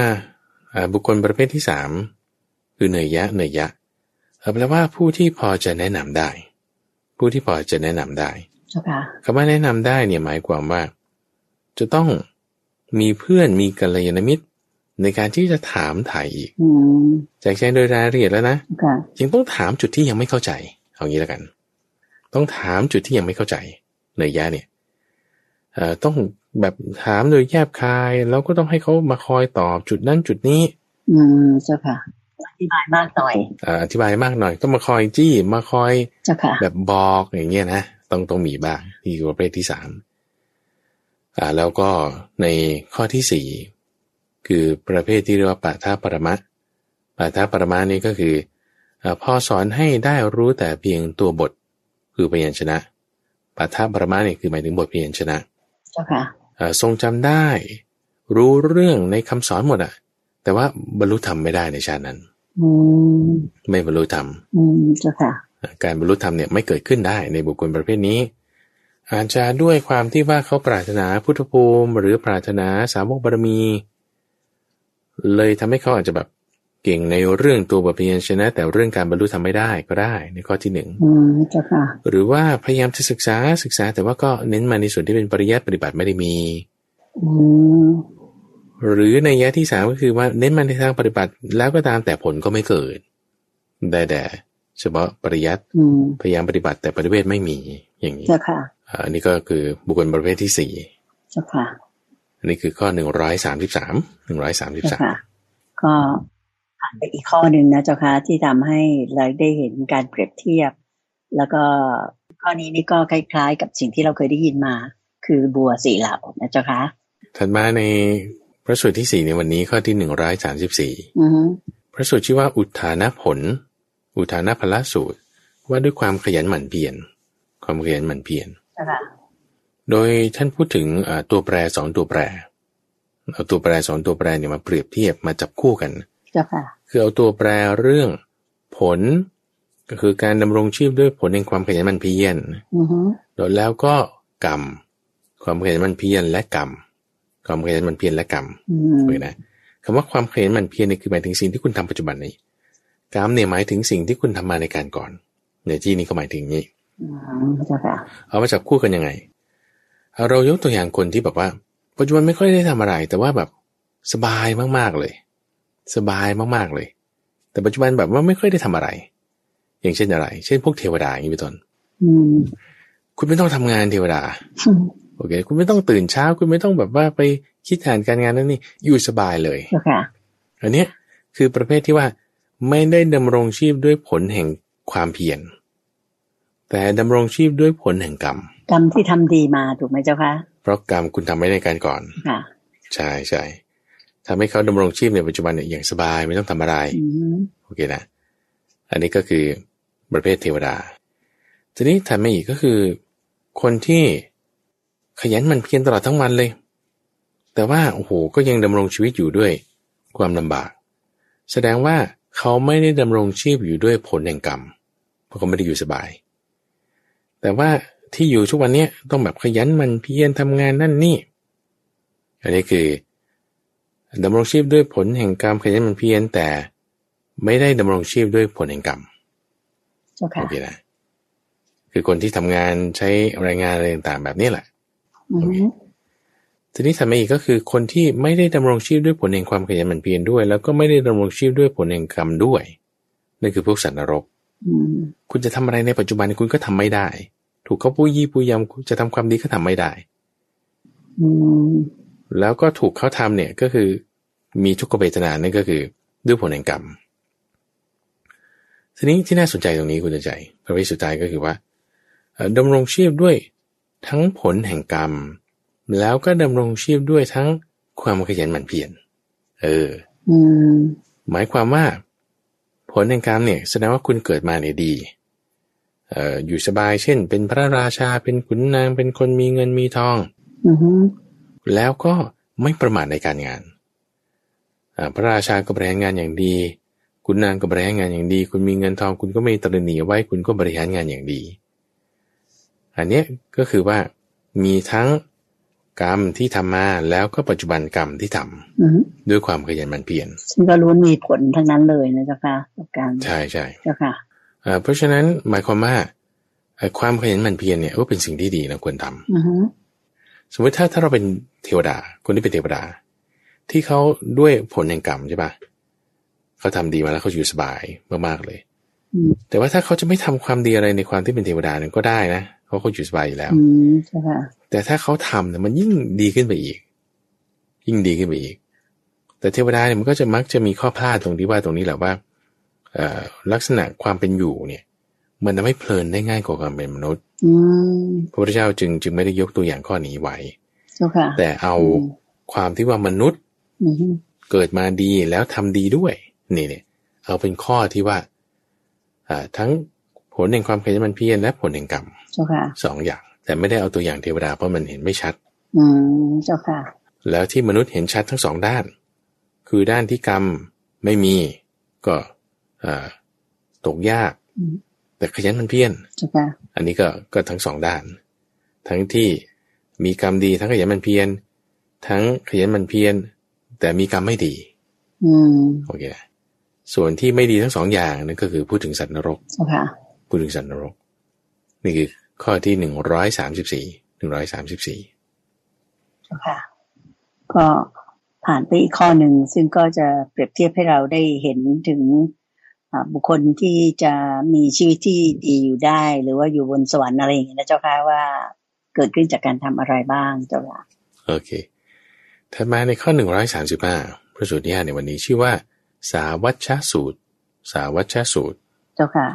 Speaker 2: อ่าบุคคลประเภทที่สามคือเนยยะเนยยะเอ่อแปลว่าผู้ที่พอจะแนะนำได้ ผู้ที่พอจะแนะนำได้
Speaker 1: เจ้าค่ะ
Speaker 2: คำว่าแนะนำได้เนี่ยหมายความว่า จะต้องมีเพื่อนมีกัลยาณมิตร ในการที่จะถามถ่ายอีก
Speaker 1: อืม
Speaker 2: แจกแจงโดยรายละเอียดแล้วนะ
Speaker 1: เจ้าค่ะ
Speaker 2: ยังต้องถามจุดที่ยังไม่เข้าใจ เอางี้แล้วกัน ต้องถามจุดที่ยังไม่เข้าใจเนยยะเนี่ยเอ่อต้องแบบถามโดยแยบคาย แล้วก็ต้องให้เขามาคอยตอบจุดนั้นจุดนี้
Speaker 1: อืมเจ้าค่ะอธิบายมากหน่อย
Speaker 2: เอ่ออธิบายมากหน่อยต้องมาคอยจี้มาคอย
Speaker 1: เจ้าค่ะ
Speaker 2: แบบบอกอย่างเงี้ยนะต้องต้องมีบ้างนี่คือประเภทที่สามอ่าแล้วก็ในข้อที่สี่คือประเภทที่เรียกว่าปาทาปรมะปาทาปรมะนี่ก็คือเอ่อพอสอนให้ได้รู้แต่เพียงตัวบทคือพยัญชนะปาทาปรมะเนี่ยคือหมายถึงบทพยัญชนะ
Speaker 1: เจ้าค่ะ
Speaker 2: เอ่อทรงจำได้ รู้เรื่องในคำสอนหมดอะแต่ว่าบรรลุธรรมไม่ได้ในชาตินั้น
Speaker 1: อืม
Speaker 2: ไม่บรรลุธรรม
Speaker 1: อืมเจ้าค่ะ
Speaker 2: การบรรลุธรรมเนี่ยไม่เกิดขึ้นได้ในบุคคลประเภทนี้ อาจจะด้วยความที่ว่าเขาปรารถนาพุทธภูมิ หรือปรารถนาสาวกบารมี เลยทำให้เขาอาจจะแบบเก่งในเรื่องตัวบทเพียญชนะ แต่เรื่องการบรรลุธรรมไม่ได้ก็ได้ในข้อที่หนึ่ง
Speaker 1: อืมเจ้าค่ะ
Speaker 2: หรือว่าพยายามจะศึกษาศึกษา แต่ว่าก็เน้นมาในส่วนที่เป็นปริยัติปฏิบัติไม่ได้มี
Speaker 1: อืม
Speaker 2: หรือในยะที่สามก็คือว่าเน้นมาในทางปฏิบัติแล้วก็ตามแต่ผลก็ไม่เกิดได้แต่เฉพาะปริยัติ
Speaker 1: อืม
Speaker 2: พยายามปฏิบัติแต่ปฏิเวทไม่มีอย่างนี้
Speaker 1: เจ้าค่ะ
Speaker 2: อ่าอันนี้ก็คือบุคคลประเภทที่สี่
Speaker 1: เจ้าค่ะ
Speaker 2: อันนี้คือข้อหนึ่งร้อยสามสิบสามหนึ่งร้อยสามสิบ
Speaker 1: เจ้า
Speaker 2: สาม
Speaker 1: ค่ะ ก็ผ่านไปอีกข้อหนึ่งนะเจ้าค่ะที่ทำให้เราได้เห็นการเปรียบเทียบ แล้วก็ข้อนี้นี่ก็คล้ายๆ กับสิ่งที่เราเคยได้ยินมา คือบัวสีเหล่านะเจ้าค่ะ
Speaker 2: ถัดมาในพระสูตรที่สี่ในวันนี้ข้อที่หนึ่งร้อยสามสิบสี่
Speaker 1: อือฮึ
Speaker 2: พระสูตรชื่อว่าอุทธานผล อุทานพละสูตร ว่าด้วยความขยันหมั่นเพียรความขยันหมั่นเพียร
Speaker 1: เจ้าค่ะ
Speaker 2: โดยท่านพูดถึงอ่าตัวแปรสองตัวแปรเอาตัวแปรสองตัวแปรเนี่ยมาเปรียบเทียบมาจับคู่กัน
Speaker 1: เจ้าค่ะ
Speaker 2: คือเอาตัวแปรเรื่องผล ก็คือการดำรงชีพด้วยผลแห่งความขยันหมันเพียร
Speaker 1: อือฮึ
Speaker 2: แล้วก็กรรม ความขยันหมันเพียรและกรรม ความขยันหมันเพียรและกรรม
Speaker 1: อืม
Speaker 2: เลยนะคำว่าความขยันหมันเพียรเนี่ยคือหมายถึงสิ่งที่คุณทำปัจจุบันนี้กรรมเนี่ยหมายถึงสิ่งที่คุณทำมาในการก่อนในที่นี้ก็หมายถึงอย่างนี้
Speaker 1: อืมเจ้าค่ะ
Speaker 2: เอามาจับคู่กันยังไงเอาเรายกตัวอย่างคนที่แบบว่า ปัจจุบันไม่ค่อยได้ทำอะไร แต่ว่าแบบสบายมากๆเลย สบายมากๆเลย แต่ปัจจุบันแบบว่าไม่ค่อยได้ทำอะไร อย่างเช่นอะไร เช่นพวกเทวดาอย่างนี้เป็นต้น
Speaker 1: อืม
Speaker 2: คุณไม่ต้องทำงานเทวดา
Speaker 1: อืม
Speaker 2: โอเค คุณไม่ต้องตื่นเช้า คุณไม่ต้องแบบว่าไปคิดอ่านการงานนั่นนี่อยู่สบายเลย
Speaker 1: เจ้าค่ะ
Speaker 2: อันเนี้ยคือประเภทที่ว่าไม่ได้ดำรงชีพด้วยผลแห่งความเพียรแต่ดำรงชีพด้วยผลแห่งกรรม
Speaker 1: กรรมที่ทำดีมาถูกไหมเจ้าค่ะ
Speaker 2: เพราะกรรมคุณทำไว้ในการก่อน
Speaker 1: ค่ะ
Speaker 2: ใช่ใช่ทำให้เขาดำรงชีพในปัจจุบันเนี่ยอย่างสบายไม่ต้องทำอะไร
Speaker 1: อืม
Speaker 2: โอเคนะ อันนี้ก็คือประเภทเทวดา ทีนี้ถัดมาอีกก็คือ คนที่ ขยันหมันเพียรตลอดทั้งวันเลย แต่ว่าโอ้โหก็ยังดำรงชีวิตอยู่ด้วยความลำบาก แสดงว่าเขาไม่ได้ดำรงชีพอยู่ด้วยผลแห่งกรรม เพราะเขาไม่ได้อยู่สบาย แต่ว่าที่อยู่ทุกวันเนี้ยต้องแบบขยันหมันเพียรทำงานนั่นนี่ อันนี้คือดำรงชีพด้วยผลแห่งกรรมขยันหมันเพียรแต่ ไม่ได้ดำรงชีพด้วยผลแห่งกรรม
Speaker 1: เจ้าค่ะ
Speaker 2: โอเคนะ คือคนที่ทำงานใช้แรงงานอะไรต่างๆ แบบนี้แหละ
Speaker 1: อือฮึ
Speaker 2: ทีนี้ถัดมาอีกก็คือคนที่ไม่ได้ดำรงชีพด้วยผลแห่งความขยันหมั่นเพียรด้วย แล้วก็ไม่ได้ดำรงชีพด้วยผลแห่งกรรมด้วยนั่นคือพวกสัตว์นรก
Speaker 1: อืม
Speaker 2: คุณจะทำอะไรในปัจจุบันคุณก็ทำไม่ได้ ถูกเขาปู้ยี่ปู้ยำคุณจะทำความดีก็ทำไม่ได้
Speaker 1: อืม
Speaker 2: แล้วก็ถูกเขาทำเนี่ยก็คือมีทุกขเวทนานั่นก็คือด้วยผลแห่งกรรม ทีนี้ที่น่าสนใจตรงนี้คุณจะใจประเภทสุดท้ายก็คือว่าเอ่อดำรงชีพด้วยทั้งผลแห่งกรรม แล้วก็ดำรงชีพด้วยทั้งความขยันหมั่นเพียรเออ
Speaker 1: อืม
Speaker 2: หมายความว่า ผลแห่งกรรมเนี่ยแสดงว่าคุณเกิดมาเนี่ยดีเอ่ออยู่สบายเช่น เป็นพระราชาเป็นขุนนางเป็นคนมีเงินมีทอง
Speaker 1: อือฮึ
Speaker 2: แล้วก็ไม่ประมาทในการงานอ่าพระราชาก็บริหารงานอย่างดี คุณนางก็บริหารงานอย่างดี คุณมีเงินทอง คุณก็ไม่ตระหนี่ไว้ คุณก็บริหารงานอย่างดี อันเนี้ยก็คือว่ามีทั้งกรรมที่ทำมาแล้วก็ปัจจุบันกรรมที่ทำ
Speaker 1: อือฮึ
Speaker 2: ด้วยความขยันหมั่นเพียร
Speaker 1: ซึ่งก็ล้วนมีผลทั้งนั้นเลยนะเจ้าค่ะกับการ
Speaker 2: ใช่ใช่
Speaker 1: เจ้าค่ะ
Speaker 2: เอ่อเพราะฉะนั้นหมายความว่าเอ่อความขยันหมั่นเพียรเนี่ยก็เป็นสิ่งที่ดีนะควรทำ
Speaker 1: อือฮึ
Speaker 2: สมมติถ้าถ้าเราเป็นเทวดา คนที่เป็นเทวดา ที่เขาด้วยผลแห่งกรรมใช่ปะเขาทำดีมาแล้วเขาอยู่สบายมากๆเลย
Speaker 1: อืม
Speaker 2: แต่ว่าถ้าเขาจะไม่ทำความดีอะไรในความที่เป็นเทวดานั้นก็ได้นะเขาก็อยู่สบายอยู่แล้ว
Speaker 1: อืมเจ้าค่ะ
Speaker 2: แต่ถ้าเขาทำเนี่ยมันยิ่งดีขึ้นไปอีก ยิ่งดีขึ้นไปอีก แต่เทวดาเนี่ยมันก็จะมักจะมีข้อพลาดตรงที่ว่าตรงนี้แหละว่าเอ่อลักษณะความเป็นอยู่เนี่ย มันทำให้เพลินได้ง่ายกว่าความเป็นมนุษย์
Speaker 1: อืม
Speaker 2: พระพุทธเจ้าจึงจึงไม่ได้ยกตัวอย่างข้อนี้ไว้
Speaker 1: เจ้าค่ะ
Speaker 2: แต่เอาความที่ว่ามนุษย์
Speaker 1: อือฮึ
Speaker 2: เกิดมาดีแล้วทำดีด้วยนี่เนี่ยเอาเป็นข้อที่ว่าอ่าทั้งผลแห่งความขยันหมันเพียรและผลแห่งกรรม
Speaker 1: เจ้าค่ะ
Speaker 2: สองอย่าง แต่ไม่ได้เอาตัวอย่างเทวดาเพราะมันเห็นไม่ชัด
Speaker 1: อืมเจ้าค่ะ
Speaker 2: แล้วที่มนุษย์เห็นชัดทั้งสองด้าน คือด้านที่กรรมไม่มีก็อ่าตกยาก
Speaker 1: อืม
Speaker 2: แต่ขยันหมันเพียร
Speaker 1: เจ้าค่ะ
Speaker 2: อันนี้ก็ก็ทั้งสองด้าน ทั้งที่มีกรรมดีทั้งขยันหมันเพียรทั้งขยันหมันเพียรแต่มีกรรมไม่ดี
Speaker 1: อืม
Speaker 2: โอเคนะส่วนที่ไม่ดีทั้งสองอย่างนั่นก็คือพูดถึงสัตว์นรก
Speaker 1: เจ้าค่ะ
Speaker 2: พูดถึงสัตว์นรก นี่คือข้อที่หนึ่งร้อยสามสิบสี่หนึ่งร้อยสามสิบสี่
Speaker 1: ค่ะก็ผ่านไปอีกข้อหนึ่ง ซึ่งก็จะเปรียบเทียบให้เราได้เห็นถึงอ่าบุคคลที่จะมีชีวิตที่ดีอยู่ได้ หรือว่าอยู่บนสวรรค์อะไรอย่างนี้ยนะเจ้าค่ะว่าเกิดขึ้นจากการทำอะไรบ้างเจ้าค่ะ
Speaker 2: โอเคถัดมาในข้อหนึ่งร้อยสามสิบห้าพระสูตรที่ห้าในวันนี้ชื่อว่า สาวัชชสูตร สาวัชชสูตร
Speaker 1: เจ้าค่ะ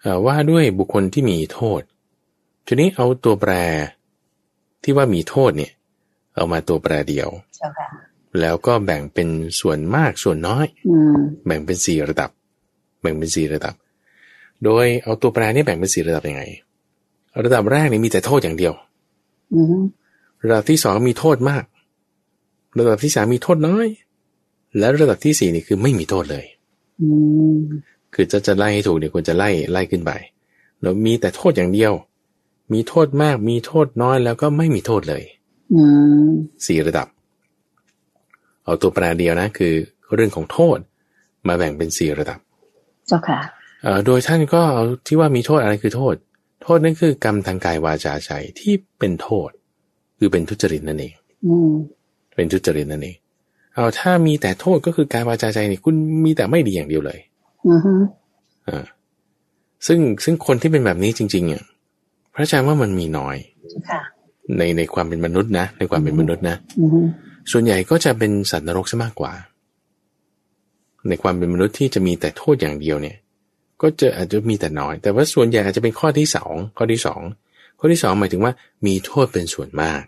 Speaker 2: เอ่อว่าด้วยบุคคลที่มีโทษ ทีนี้เอาตัวแปรที่ว่ามีโทษเนี่ย เอามาตัวแปรเดียว
Speaker 1: เจ้าค่ะ
Speaker 2: แล้วก็แบ่งเป็นส่วนมากส่วนน้อย
Speaker 1: อืม
Speaker 2: แบ่งเป็นสี่ระดับ แบ่งเป็นสี่ระดับ โดยเอาตัวแปรนี่แบ่งเป็นสี่ระดับยังไง ระดับแรกนี่มีแต่โทษอย่างเดียว
Speaker 1: อืม
Speaker 2: ระดับที่สองมีโทษมาก ระดับที่สามมีโทษน้อย และระดับที่สี่นี่คือไม่มีโทษเลย
Speaker 1: อืม
Speaker 2: คือจะจะไล่ให้ถูกเนี่ยควรจะไล่ไล่ขึ้นไปแล้วมีแต่โทษอย่างเดียว มีโทษมาก มีโทษน้อย แล้วก็ไม่มีโทษเลย
Speaker 1: อืม
Speaker 2: สี่ระดับ เอาตัวแปรเดียวนะ คือเรื่องของโทษ มาแบ่งเป็นสี่ระดับ
Speaker 1: เจ้าค่ะ
Speaker 2: เอ่อโดยท่านก็เอาที่ว่ามีโทษอะไรคือโทษ โทษนั่นคือกรรมทางกายวาจาใจที่เป็นโทษ คือเป็นทุจริตนั่นเอง
Speaker 1: อืม
Speaker 2: เป็นทุจริตนั่นเองเอาถ้ามีแต่โทษก็คือกายวาจาใจนี่คุณมีแต่ไม่ดีอย่างเดียวเลย
Speaker 1: อืม
Speaker 2: อ่าซึ่งซึ่งคนที่เป็นแบบนี้จริงๆเนี่ยพระอาจารย์ว่ามันมีน้อย
Speaker 1: เจ้าค่ะ
Speaker 2: ในในความเป็นมนุษย์นะ ในความเป็นมนุษย์นะ
Speaker 1: อืม
Speaker 2: ส่วนใหญ่ก็จะเป็นสัตว์นรกซะมากกว่า ในความเป็นมนุษย์ที่จะมีแต่โทษอย่างเดียวเนี่ย ก็จะอาจจะมีแต่น้อย แต่ว่าส่วนใหญ่อาจจะเป็นข้อที่สองข้อที่สองข้อที่สองหมายถึงว่ามีโทษเป็นส่วนมาก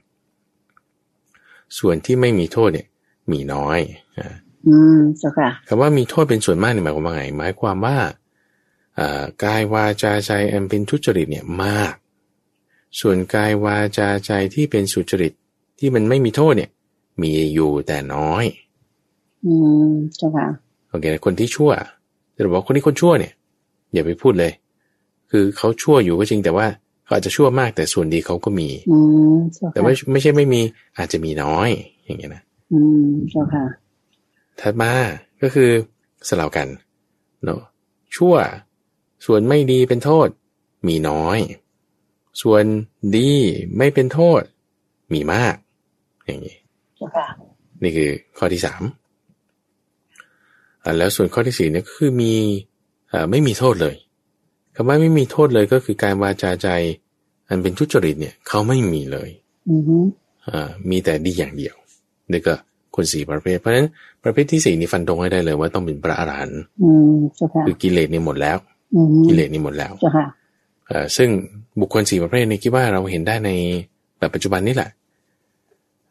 Speaker 2: ส่วนที่ไม่มีโทษเนี่ย มีน้อยอ่า
Speaker 1: อืมเจ้าค่ะ
Speaker 2: คำว่ามีโทษเป็นส่วนมากเนี่ยหมายความว่าไงหมายความว่าอ่ากายวาจาใจอันเป็นทุจริตเนี่ยมาก ส่วนกายวาจาใจที่เป็นสุจริตที่มันไม่มีโทษเนี่ย มีอยู่แต่น้อย
Speaker 1: อืมเจ้าค่ะ
Speaker 2: โอเคนะคนที่ชั่วจะบอกว่าคนที่คนชั่วเนี่ยอย่าไปพูดเลย คือเขาชั่วอยู่ก็จริงแต่ว่าเขาอาจจะชั่วมากแต่ส่วนดีเขาก็มี
Speaker 1: อืมเจ้า
Speaker 2: แต่ไม่
Speaker 1: ค่ะ
Speaker 2: ไม่ใช่ไม่มีอาจจะมีน้อยอย่างเงี้ยนะ
Speaker 1: อืมเจ้าค่ะ
Speaker 2: ถัดมาก็คือสลับกันเนาะชั่ว ส่วนไม่ดีเป็นโทษ มีน้อย ส่วนดีไม่เป็นโทษ มีมาก อย่างงี้
Speaker 1: เจ้าค่ะ
Speaker 2: นี่คือข้อที่สามอ่าแล้วส่วนข้อที่สี่เนี่ยก็คือมีอ่าไม่มีโทษเลยคำว่าไม่มีโทษเลยก็คือการวาจาใจ อันเป็นทุจริตเนี่ยเขาไม่มีเลย
Speaker 1: อือฮึ
Speaker 2: อ่ามีแต่ดีอย่างเดียวนี่ก็คนสี่ประเภท เพราะฉะนั้นประเภทที่สี่นี่ฟันตรงให้ได้เลยว่าต้องเป็นพระอรหันต์
Speaker 1: อืมเจ้าค่ะ
Speaker 2: คือกิเลสเนี่ยหมดแล้ว
Speaker 1: อือฮึ
Speaker 2: กิเลสนี่หมดแล้ว
Speaker 1: เจ้าค่ะ
Speaker 2: เอ่อซึ่งบุคคลสี่ประเภทนี้คิดว่าเราเห็นได้ในแบบปัจจุบันนี่แหละ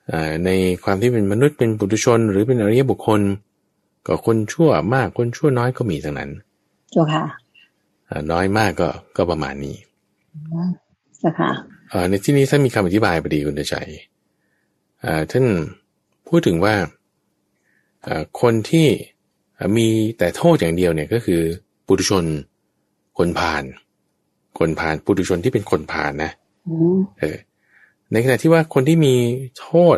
Speaker 2: เอ่อในความที่เป็นมนุษย์เป็นปุถุชน หรือเป็นอริยบุคคล ก็คนชั่วมากคนชั่วน้อยก็มีทั้งนั้น
Speaker 1: เจ้าค่ะ
Speaker 2: เอ่อน้อยมากก็ก็ประมาณนี้
Speaker 1: เจ้าค่ะ
Speaker 2: เอ่อในที่นี้ท่านมีคำอธิบายพอดีคุณเดชัยเอ่อท่านพูดถึงว่าเอ่อคนที่เอ่อมีแต่โทษอย่างเดียวเนี่ยก็คือปุถุชน คนพาลคนพาลปุถุชนที่เป็นคนพาลนะ
Speaker 1: อืม
Speaker 2: เออในขณะที่ว่าคนที่มีโทษ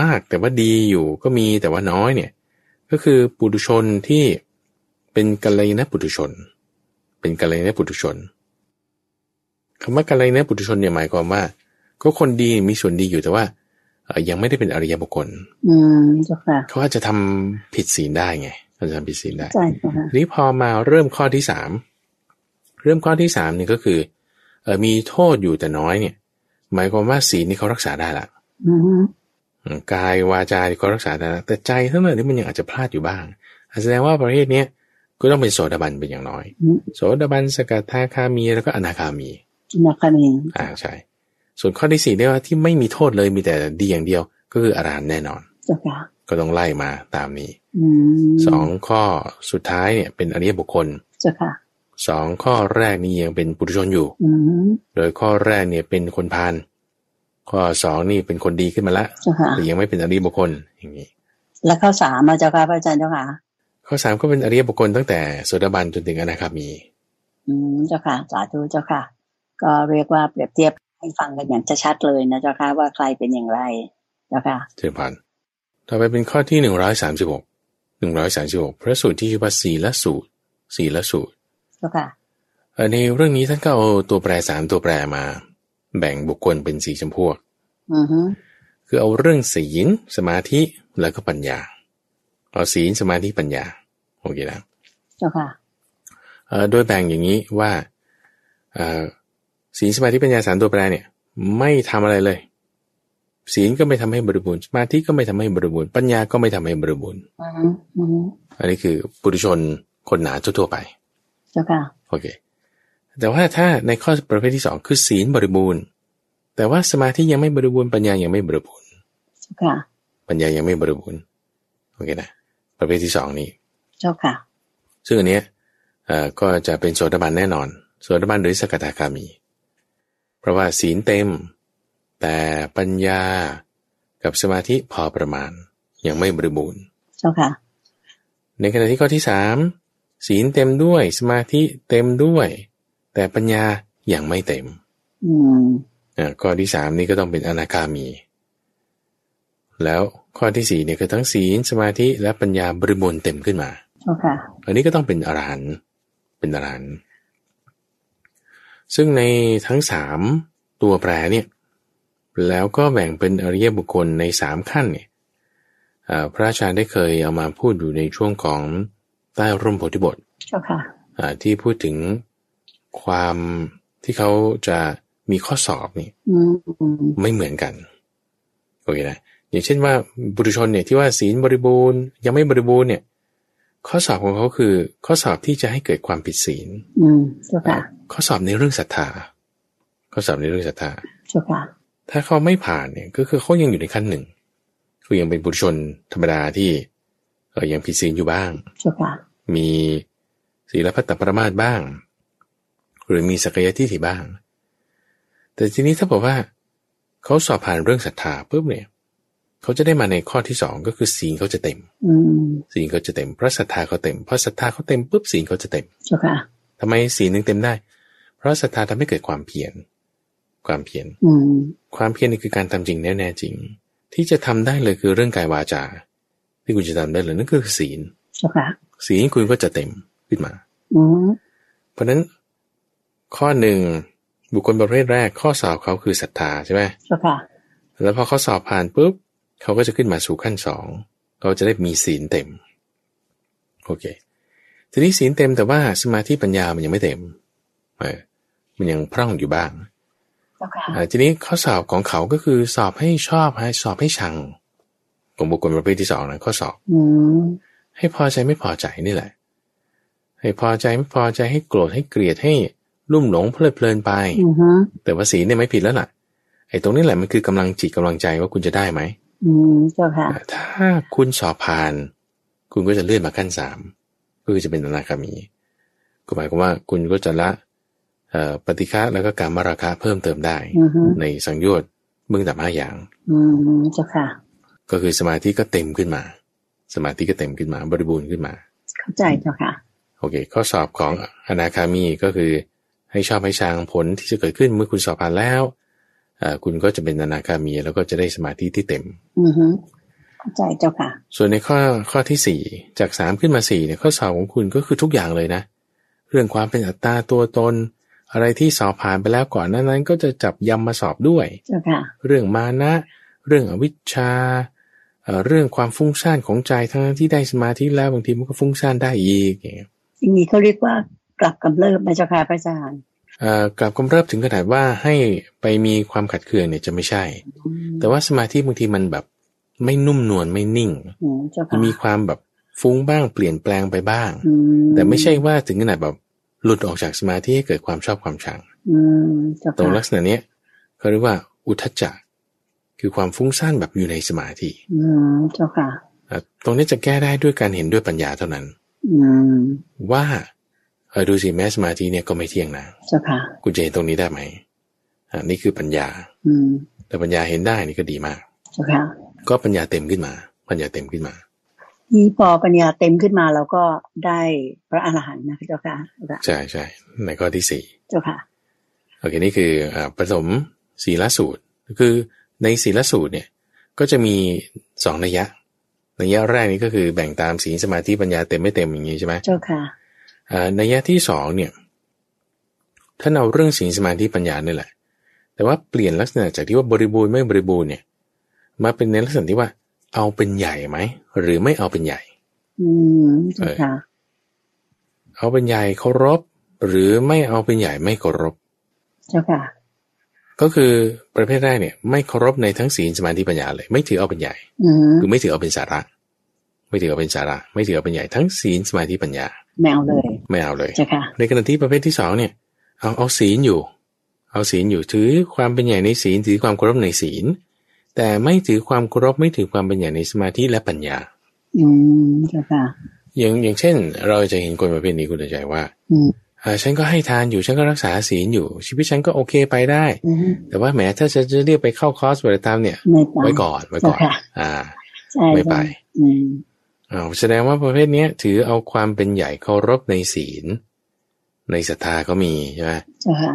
Speaker 2: มากแต่ว่าดีอยู่ก็มีแต่ว่าน้อยเนี่ย ก็คือปุถุชนที่เป็นกัลยาณปุถุชน เป็นกัลยาณปุถุชนคำว่ากัลยาณปุถุชนเนี่ยหมายความว่า ก็คนดีมีส่วนดีอยู่แต่ว่าเอ่อยังไม่ได้เป็นอริยบุคคล
Speaker 1: อืมเจ้าค่ะ
Speaker 2: เขาอาจจะทำผิดศีลได้ไงอาจจะทำผิดศีลได้
Speaker 1: ใจเจ้าค่ะ
Speaker 2: ทีนี้พอมาเริ่มข้อที่สามเริ่มข้อที่สามเนี่ยก็คือเออมีโทษอยู่แต่น้อยเนี่ย หมายความว่าศีลนี่เขารักษาได้ละ
Speaker 1: อือฮึ
Speaker 2: อืมกายวาจานี่เขารักษาได้ละแต่ใจเท่านั้นที่มันยังอาจจะพลาดอยู่บ้างแสดงว่าประเภทเนี้ยก็ต้องเป็นโสดาบันเป็นอย่างน้อย
Speaker 1: อืม
Speaker 2: โสดาบันสกทาคามีแล้วก็อนาคามี
Speaker 1: จินาคามี
Speaker 2: อ่าใช่ส่วนข้อที่สี่เนี่ยว่าที่ไม่มีโทษเลยมีแต่ดีอย่างเดียว ก็คืออรหันต์แน่นอน
Speaker 1: เจ้าค่ะ
Speaker 2: ก็ต้องไล่มาตามนี้
Speaker 1: อืม
Speaker 2: สองข้อสุดท้ายเนี่ยเป็นอริยบุคคล
Speaker 1: เจ้าค่ะ
Speaker 2: สองข้อแรกนี่ยังเป็นปุถุชนอยู่
Speaker 1: อืม
Speaker 2: โดยข้อแรกเนี่ยเป็นคนพาลข้อสองนี่เป็นคนดีขึ้นมาละ
Speaker 1: เจ้าค่ะ
Speaker 2: แต่ยังไม่เป็นอริยบุคคลอย่างนี้
Speaker 1: แล้วข้าวสามมาเจ้าค่ะพระอาจารย์เจ้าค่ะ
Speaker 2: ข้อสามก็เป็นอริยบุคคลตั้งแต่โสดาบันจนถึงอนาคามี
Speaker 1: อืมเจ้าค่ะสาธุเจ้าค่ะ ก็เรียกว่าเปรียบเทียบให้ฟังกันอย่างชัดๆเลยนะเจ้าค่ะว่าใครเป็นอย่างไรเจ้าค่ะ
Speaker 2: เชิญผ่านต่อไปเป็นข้อที่หนึ่งร้อยสามสิบหกหนึ่งร้อยสามสิบหกพระสูตรที่ชื่อว่าสีละสูตรสีละสูตร
Speaker 1: เจ้าค่ะ
Speaker 2: เอ่อในเรื่องนี้ท่านก็เอาตัวแปรสามตัวแปรมา แบ่งบุคคลเป็นสี่จำพวก
Speaker 1: อือฮึ
Speaker 2: คือเอาเรื่องศีลสมาธิแล้วก็ปัญญา เอาศีลสมาธิปัญญาโอเคนะ
Speaker 1: เจ้าค่ะ
Speaker 2: เอ่อโดยแบ่งอย่างนี้ว่าเอ่อศีลสมาธิปัญญาสามตัวแปรเนี่ยไม่ทำอะไรเลย ศีลก็ไม่ทำให้บริบูรณ์สมาธิก็ไม่ทำให้บริบูรณ์ปัญญาก็ไม่ทำให้บริบูรณ์
Speaker 1: อือฮึอือฮึ
Speaker 2: อันนี้คือปุถุชนคนหนาทั่วๆไป
Speaker 1: เจ้าค่ะ
Speaker 2: โอเคแต่ว่าถ้าในข้อประเภทที่สองคือศีลบริบูรณ์ แต่ว่าสมาธิยังไม่บริบูรณ์ปัญญายังไม่บริบูรณ์
Speaker 1: เจ้าค่ะ
Speaker 2: ปัญญายังไม่บริบูรณ์โอเคนะประเภทที่สองนี้
Speaker 1: เจ้าค่ะ
Speaker 2: ซึ่งอันเนี้ยเอ่อก็จะเป็นโสดาบันแน่นอนโสดาบันหรือสกทาคามี เพราะว่าศีลเต็ม แต่ปัญญากับสมาธิพอประมาณ ยังไม่บริบูรณ์
Speaker 1: เจ้าค่ะ
Speaker 2: ในขณะที่ข้อที่สามศีลเต็มด้วยสมาธิเต็มด้วย แต่ปัญญายังไม่เต็ม
Speaker 1: อืม
Speaker 2: อ่าข้อที่สามนี่ก็ต้องเป็นอนาคามี แล้วข้อที่สี่เนี่ยคือทั้งศีลสมาธิและปัญญาบริบูรณ์เต็มขึ้นมา
Speaker 1: เจ้าค่ะ
Speaker 2: อันนี้ก็ต้องเป็นอรหันต์เป็นอรหันต์ซึ่งในทั้งสามตัวแปรเนี่ย แล้วก็แบ่งเป็นอริยบุคคลในสามขั้นเนี่ยเอ่อพระอาจารย์ได้เคยเอามาพูดอยู่ในช่วงของใต้ร่มโพธิบท
Speaker 1: เจ้าค่ะ
Speaker 2: อ่าที่พูดถึงความที่เขาจะมีข้อสอบนี่
Speaker 1: อืมอืม
Speaker 2: ไม่เหมือนกันโอเคนะอย่างเช่นว่าบุรุชนเนี่ยที่ว่าศีลบริบูรณ์ยังไม่บริบูรณ์เนี่ย ข้อสอบของเขาคือ ข้อสอบที่จะให้เกิดความผิดศีล
Speaker 1: อืมเจ้าค่ะ
Speaker 2: ข้อสอบในเรื่องศรัทธา ข้อสอบในเรื่องศรัทธา
Speaker 1: เจ้าค่ะ
Speaker 2: ถ้าเขาไม่ผ่านเนี่ยก็คือเขายังอยู่ในขั้นหนึ่ง คือยังเป็นบุตรชนธรรมดาที่เอ่อยังผิดศีลอยู่บ้าง
Speaker 1: เจ้าค่ะ
Speaker 2: มีศีลพัตตปรมาทบ้าง หรือมีสักยะทิฏฐิบ้าง แต่ทีนี้ถ้าบอกว่า เขาสอบผ่านเรื่องศรัทธาปุ๊บเนี่ยเขาจะได้มาในข้อที่สองก็คือศีลเขาจะเต็ม
Speaker 1: อืม
Speaker 2: ศีลเขาจะเต็มเพราะศรัทธาเขาเต็มเพราะศรัทธาเขาเต็มปุ๊บศีลเขาจะเต็ม
Speaker 1: เจ้าค่ะ
Speaker 2: ทำไมศีลนึงเต็มได้ เพราะศรัทธาทำให้เกิดความเพียรความเพียร
Speaker 1: อืม
Speaker 2: ความเพียรนี่คือการทำจริงแน่แน่จริง ที่จะทำได้เลยคือเรื่องกายวาจา ที่คุณจะทำได้เลยนั่นคือศีล
Speaker 1: เจ้าค่ะ
Speaker 2: ศีลคุณก็จะเต็มขึ้นมา
Speaker 1: อืม
Speaker 2: เพราะฉะนั้นข้อหนึ่งบุคคลประเภทแรกข้อสอบเขาคือศรัทธาใช่ไหม
Speaker 1: เจ้าค่ะ
Speaker 2: แล้วพอเขาสอบผ่านปุ๊บเขาก็จะขึ้นมาสู่ขั้นสองเขาจะได้มีศีลเต็มโอเคทีนี้ศีลเต็มแต่ว่าสมาธิปัญญามันยังไม่เต็มเออมันยังพร่องอยู่บ้าง
Speaker 1: เจ้าค่ะ
Speaker 2: อ่าทีนี้ข้อสอบของเขาก็คือสอบให้ชอบให้สอบให้ชังของบุคคลประเภทที่สองนะข้อสอบ
Speaker 1: อืม
Speaker 2: ให้พอใจไม่พอใจนี่แหละ ให้พอใจไม่พอใจให้โกรธให้เกลียดให้ลุ่มหลงเพลิดเพลินไป
Speaker 1: อือฮะ
Speaker 2: แต่ว่าศีลเนี่ยไม่ผิดแล้วล่ะไอ้ตรงนี้แหละมันคือกำลังจิตกำลังใจว่าคุณจะได้ไหม
Speaker 1: อืมเจ้าค่ะ
Speaker 2: ถ้าคุณสอบผ่าน คุณก็จะเลื่อนมาขั้นสามก็คือจะเป็นอนาคามีก็หมายความว่าคุณก็จะละเอ่อปฏิฆะแล้วก็การมาราคะเพิ่มเติมได้
Speaker 1: อือฮึ
Speaker 2: ในสังโยชน์เบื้องต่ำห้าอย่าง
Speaker 1: อืมเจ้าค่ะ
Speaker 2: ก็คือสมาธิก็เต็มขึ้นมา สมาธิก็เต็มขึ้นมา บริบูรณ์ขึ้นมา
Speaker 1: เข้าใจเจ้าค่ะ
Speaker 2: โอเคข้อสอบของอนาคามีก็คือให้ชอบให้ชังผลที่จะเกิดขึ้นเมื่อคุณสอบผ่านแล้วเอ่อคุณก็จะเป็นอนาคามีแล้วก็จะได้สมาธิที่เต็ม
Speaker 1: อือฮึเข้าใจเจ้าค่ะ
Speaker 2: ส่วนในข้อข้อที่สี่จากสามขึ้นมาสี่เนี่ยข้อสอบของคุณก็คือทุกอย่างเลยนะ เรื่องความเป็นอัตตาตัวตน อะไรที่สอบผ่านไปแล้วก่อนหนานั้นก็จะจับยำมาสอบด้วย
Speaker 1: เจ้าค่ะ
Speaker 2: เรื่องมานะ เรื่องอวิชชาเอ่อเรื่องความฟุ้งซ่านของใจทั้งที่ได้สมาธิแล้วบางทีมันก็ฟุ้งซ่านได้อีกอย่างเงี้ย
Speaker 1: อย่างนี้เขาเรียกว่ากลับกำเริบนะเจ้าค่ะพระอาจารย์
Speaker 2: เอ่อกลับกำเริบถึงขนาดว่าให้ไปมีความขัดเคืองเนี่ยจะไม่ใช่
Speaker 1: อืม
Speaker 2: แต่ว่าสมาธิบางทีมันแบบไม่นุ่มนวลไม่นิ่ง
Speaker 1: อืมเจ้าค่ะ
Speaker 2: มีความแบบฟุ้งบ้างเปลี่ยนแปลงไปบ้าง
Speaker 1: อื
Speaker 2: แต่ไม่ใช่ว่าถึงขนาดแบบหลุดออกจากสมาธิให้เกิดความชอบความชัง
Speaker 1: อืมเจ้า
Speaker 2: ตรง
Speaker 1: ค่ะ
Speaker 2: ลักษณะเนี้ยเขาเรียกว่าอุทจจะคือความฟุ้งซ่านแบบอยู่ในสมาธิ
Speaker 1: อืมเจ้าค่ะ
Speaker 2: อ่ะตรงนี้จะแก้ได้ด้วยการเห็นด้วยปัญญาเท่านั้น
Speaker 1: อืม
Speaker 2: ว่าเออดูสิแม้สมาธิเนี่ยก็ไม่เที่ยงนะ
Speaker 1: เจ้าค่ะ
Speaker 2: คุณจะเห็นตรงนี้ได้ไหมอ่ะนี่คือปัญญา
Speaker 1: อืม
Speaker 2: แต่ปัญญาเห็นได้นี่ก็ดีมาก
Speaker 1: เจ้าค่ะ
Speaker 2: ก็ปัญญาเต็มขึ้นมา ปัญญาเต็มขึ้นมา
Speaker 1: นี่พอปัญญาเต็มขึ้นมาเราก็ได้พระอรหันต์นะคะเจ้าค่ะเจ้าค่ะ
Speaker 2: ใช่ใช่ในข้อที่สี่
Speaker 1: เจ้าค่ะ
Speaker 2: โอเคนี่คืออ่าผสมศีลสูตร คือในศีลสูตรเนี่ยก็จะมีสองนัยยะนัยยะแรกนี่ก็คือแบ่งตามศีลสมาธิปัญญาเต็มไม่เต็มอย่างนี้ใช่ไหม
Speaker 1: เจ้าค่ะ
Speaker 2: อ่านัยยะที่สองเนี่ยถ้าเอาเรื่องศีลสมาธิปัญญาเนี่ยแหละ แต่ว่าเปลี่ยนลักษณะจากที่ว่าบริบูรณ์ไม่บริบูรณ์เนี่ยมาเป็นในลักษณะที่ว่าเอาเป็นใหญ่ไหมหรือไม่เอาเป็นใหญ่
Speaker 1: อืมเจ้าค่ะ
Speaker 2: เอาเป็นใหญ่เคารพ หรือไม่เอาเป็นใหญ่ไม่เคารพ
Speaker 1: เจ้าค่ะ
Speaker 2: ก็คือประเภทแรกเนี่ยไม่เคารพในทั้งศีลสมาธิปัญญาเลย ไม่ถือเอาเป็นใหญ่
Speaker 1: อืม
Speaker 2: คือไม่ถือเอาเป็นสาระ ไม่ถือเอาเป็นสาระ ไม่ถือเอาเป็นใหญ่ทั้งศีลสมาธิปัญญา
Speaker 1: แมวเลย
Speaker 2: ไม่เอาเลย
Speaker 1: เจ้าค่ะ
Speaker 2: ในขณะที่ประเภทที่สองเนี่ยเอาเอาศีลอยู่ เอาศีลอยู่ถือความเป็นใหญ่ในศีลถือความเคารพในศีล แต่ไม่ถือความเคารพไม่ถือความเป็นใหญ่ในสมาธิและปัญญา
Speaker 1: อืมเจ้าค่ะ
Speaker 2: อย่างอย่างเช่น เราจะเห็นคนประเภทนี้คุณใจว่า
Speaker 1: อืม
Speaker 2: อ่าฉันก็ให้ทานอยู่ฉันก็รักษาศีลอยู่ ชีวิตฉันก็โอเคไปได้
Speaker 1: อืม
Speaker 2: แต่ว่าแหมถ้าฉันจะเรียกไปเข้าคอร์สวัตตามเนี่ย
Speaker 1: ไม่ไป
Speaker 2: ไว้ก่อนไว้ก่อน
Speaker 1: โอเค
Speaker 2: อ่า
Speaker 1: ใช่
Speaker 2: ไม่ไป
Speaker 1: อืม
Speaker 2: อ้าวแสดงว่าประเภทเนี้ยถือเอาความเป็นใหญ่เคารพในศีล ในศรัทธาก็มีใช่ไหม
Speaker 1: เจ้าค่ะ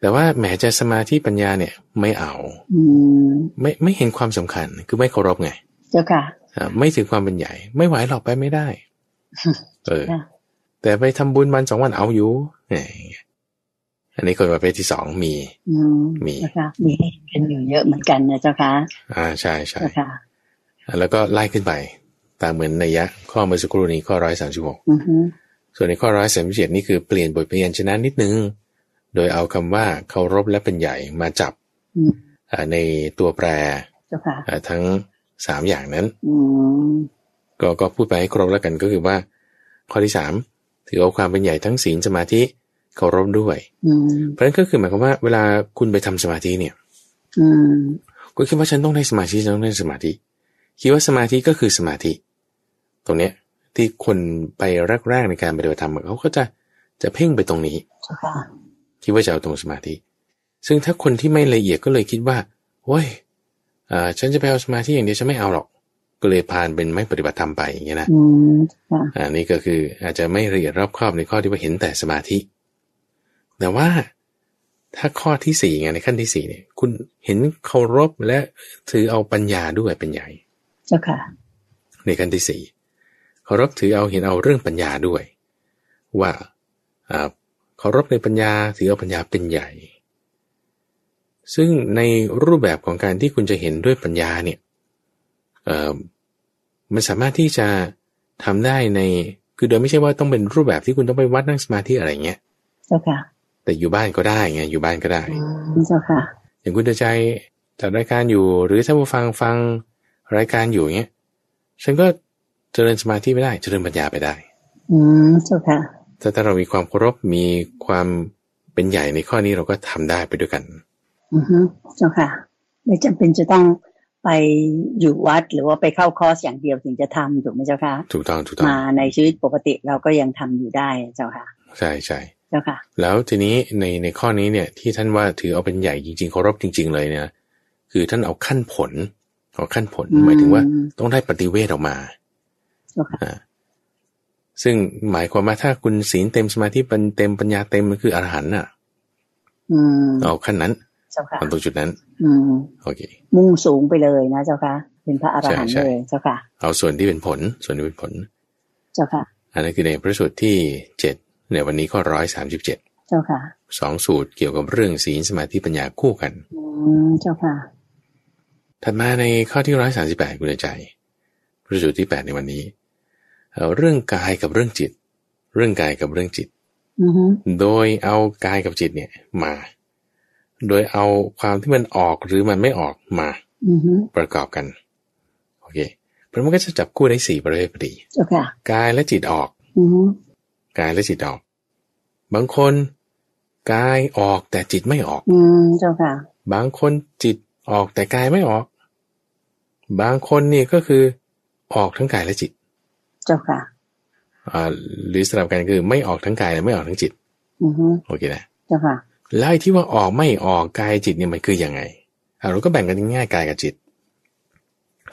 Speaker 2: แต่ว่าแหมจะสมาธิปัญญาเนี่ยไม่เอา
Speaker 1: อืม
Speaker 2: ไม่ไม่เห็นความสำคัญคือไม่เคารพไง
Speaker 1: เจ้าค่ะ
Speaker 2: อ่าไม่ถือความเป็นใหญ่ ไม่ไหวหรอกไปไม่ได้ เออ
Speaker 1: ค่ะ
Speaker 2: แต่ไปทำบุญวันสองวันเอาอยู่เนี่ยอย่างเงี้ยอันนี้คนประเภทที่สองมี
Speaker 1: อืม
Speaker 2: มี
Speaker 1: เจ้าค่ะ มีให้เห็นกันอยู่เยอะเหมือนกันนะเจ้าค่ะ
Speaker 2: อ่าใช่ใช่
Speaker 1: เจ้าค่ะ
Speaker 2: แล้วก็ไล่ขึ้นไป ตามเหมือนนัยยะข้อเมื่อสักครู่นี้ข้อร้อยสามสิบหก
Speaker 1: อือฮึ
Speaker 2: ส่วนในข้อร้อยสามสิบเจ็ดนี่คือเปลี่ยนบทเพียนชนะนิดนึง โดยเอาคำว่าเคารพและเป็นใหญ่มาจับ
Speaker 1: อืม
Speaker 2: อ่าในตัวแปร
Speaker 1: เจ้าค่ะ
Speaker 2: อ่าทั้งสามอย่างนั้น
Speaker 1: อืม
Speaker 2: ก็ก็พูดไปให้ครบแล้วกันก็คือว่า ข้อที่สามถือเอาความเป็นใหญ่ทั้งศีลสมาธิเคารพด้วย
Speaker 1: อืม
Speaker 2: เพราะฉะนั้นก็คือหมายความว่าเวลาคุณไปทำสมาธิเนี่ย
Speaker 1: อืม
Speaker 2: คุณคิดว่าฉันต้องได้สมาธิฉันต้องได้สมาธิ คิดว่าสมาธิก็คือสมาธิ ตรงเนี้ยที่คนไปแรกๆในการปฏิบัติธรรมเขาก็จะจะเพ่งไปตรงนี้
Speaker 1: เจ้าค่ะ
Speaker 2: คิดว่าจะเอาตรงสมาธิ ซึ่งถ้าคนที่ไม่ละเอียดก็เลยคิดว่าโอ้ยอ่าฉันจะไปเอาสมาธิอย่างเดียวฉันไม่เอาหรอก ก็เลยพานเป็นไม่ปฏิบัติธรรมไปอย่างเงี้ยนะ
Speaker 1: อืมค่ะ
Speaker 2: อ่านี่ก็คืออาจจะไม่ละเอียดรอบคอบในข้อที่ว่าเห็นแต่สมาธิ แต่ว่าถ้าข้อที่สี่ไงในขั้นที่สี่เนี่ย คุณเห็นเคารพและถือเอาปัญญาด้วยเป็นใหญ่
Speaker 1: เจ้าค่ะ
Speaker 2: ในขั้นที่สี่เคารพถือเอาเห็นเอาเรื่องปัญญาด้วย ว่าอ่าเคารพในปัญญาถือเอาปัญญาเป็นใหญ่ ซึ่งในรูปแบบของการที่คุณจะเห็นด้วยปัญญาเนี่ยเอ่อมันสามารถที่จะทำได้ในคือโดยไม่ใช่ว่าต้องเป็นรูปแบบที่คุณต้องไปวัดนั่งสมาธิอะไรเงี้ย
Speaker 1: เจ้าค่ะ
Speaker 2: แต่อยู่บ้านก็ได้ไงอยู่บ้านก็ได้
Speaker 1: เจ้าค่ะ
Speaker 2: อย่างคุณเดใจจัดรายการอยู่ หรือถ้าผู้ฟังฟังรายการอยู่อย่างเงี้ยฉันก็เจริญสมาธิไปได้เจริญปัญญาไปได้
Speaker 1: อืมเจ้าค่ะ
Speaker 2: ถ้าถ้าเรามีความเคารพมีความเป็นใหญ่ในข้อนี้เราก็ทำได้ไปด้วยกัน
Speaker 1: อือฮึเจ้าค่ะ ไม่จำเป็นจะต้องไปอยู่วัดหรือว่าไปเข้าคอร์สอย่างเดียวถึงจะทำถูกไหมเจ้าค่ะ
Speaker 2: ถูกต้องถูกต้อง
Speaker 1: มาในชีวิตปกติเราก็ยังทำอยู่ได้เจ้าค่ะ
Speaker 2: ใช่ใช่
Speaker 1: เจ้าค่ะ
Speaker 2: แล้วทีนี้ในในข้อนี้เนี่ยที่ท่านว่าถือเอาเป็นใหญ่จริงๆเคารพจริง ๆ เลยเนี่ยคือท่านเอาขั้นผลเอาขั้นผล
Speaker 1: อืม
Speaker 2: หมายถึงว่าต้องได้ปฏิเวทออกมา
Speaker 1: เจ้าค่ะ
Speaker 2: อ่าซึ่งหมายความว่าถ้าคุณศีลเต็มสมาธิปัญเต็มปัญญาเต็มมันคืออรหันต์น่ะ
Speaker 1: อืม
Speaker 2: เอาขั้นนั้น
Speaker 1: เจ้าค่ะ
Speaker 2: เอาตรงจุดนั้น
Speaker 1: อืม
Speaker 2: โอเค
Speaker 1: มุ่งสูงไปเลยนะเจ้าค่ะ เป็นพระอรหันต์
Speaker 2: ใช่ใช่
Speaker 1: เลยเจ้าค่ะ
Speaker 2: เอาส่วนที่เป็นผล ส่วนที่เป็นผล
Speaker 1: เจ้าค่ะ
Speaker 2: อันนั้นคือในพระสูตรที่ 7 ในวันนี้ข้อร้อยสามสิบเจ็ด
Speaker 1: เจ้าค่ะ
Speaker 2: สองสูตรเกี่ยวกับเรื่องศีลสมาธิปัญญาคู่กัน
Speaker 1: อืมเจ้าค่ะ
Speaker 2: ถัดมาในข้อที่ร้อยสาสิบแปดคุณใจ พระสูตรที่แปดในวันนี้เอ่อเรื่องกายกับเรื่องจิต เรื่องกายกับเรื่องจิต
Speaker 1: อือฮึ
Speaker 2: โดยเอากายกับจิตเนี่ยมา โดยเอาความที่มันออกหรือมันไม่ออกมา
Speaker 1: อือฮึ
Speaker 2: ประกอบกันโอเคเพราะมันก็จะจับคู่ได้สี่ประเภทพอดี
Speaker 1: เจ้าค่ะ
Speaker 2: กายและจิตออก
Speaker 1: อือฮึ
Speaker 2: กายและจิตออก บางคนกายออกแต่จิตไม่ออก
Speaker 1: อืมเจ้าค่ะ
Speaker 2: บางคนจิตออกแต่กายไม่ออก บางคนนี่ก็คือออกทั้งกายและจิต
Speaker 1: เจ้าค่ะ
Speaker 2: อ่าหรือสลับกันคือไม่ออกทั้งกายและไม่ออกทั้งจิต
Speaker 1: อือฮึ
Speaker 2: โอเคนะ
Speaker 1: เจ้าค่ะ
Speaker 2: แล้วไอ้ที่ว่าออกไม่ออกกายจิตเนี่ยมันคือยังไงอ่ะเราก็แบ่งกันง่ายๆกายกับจิต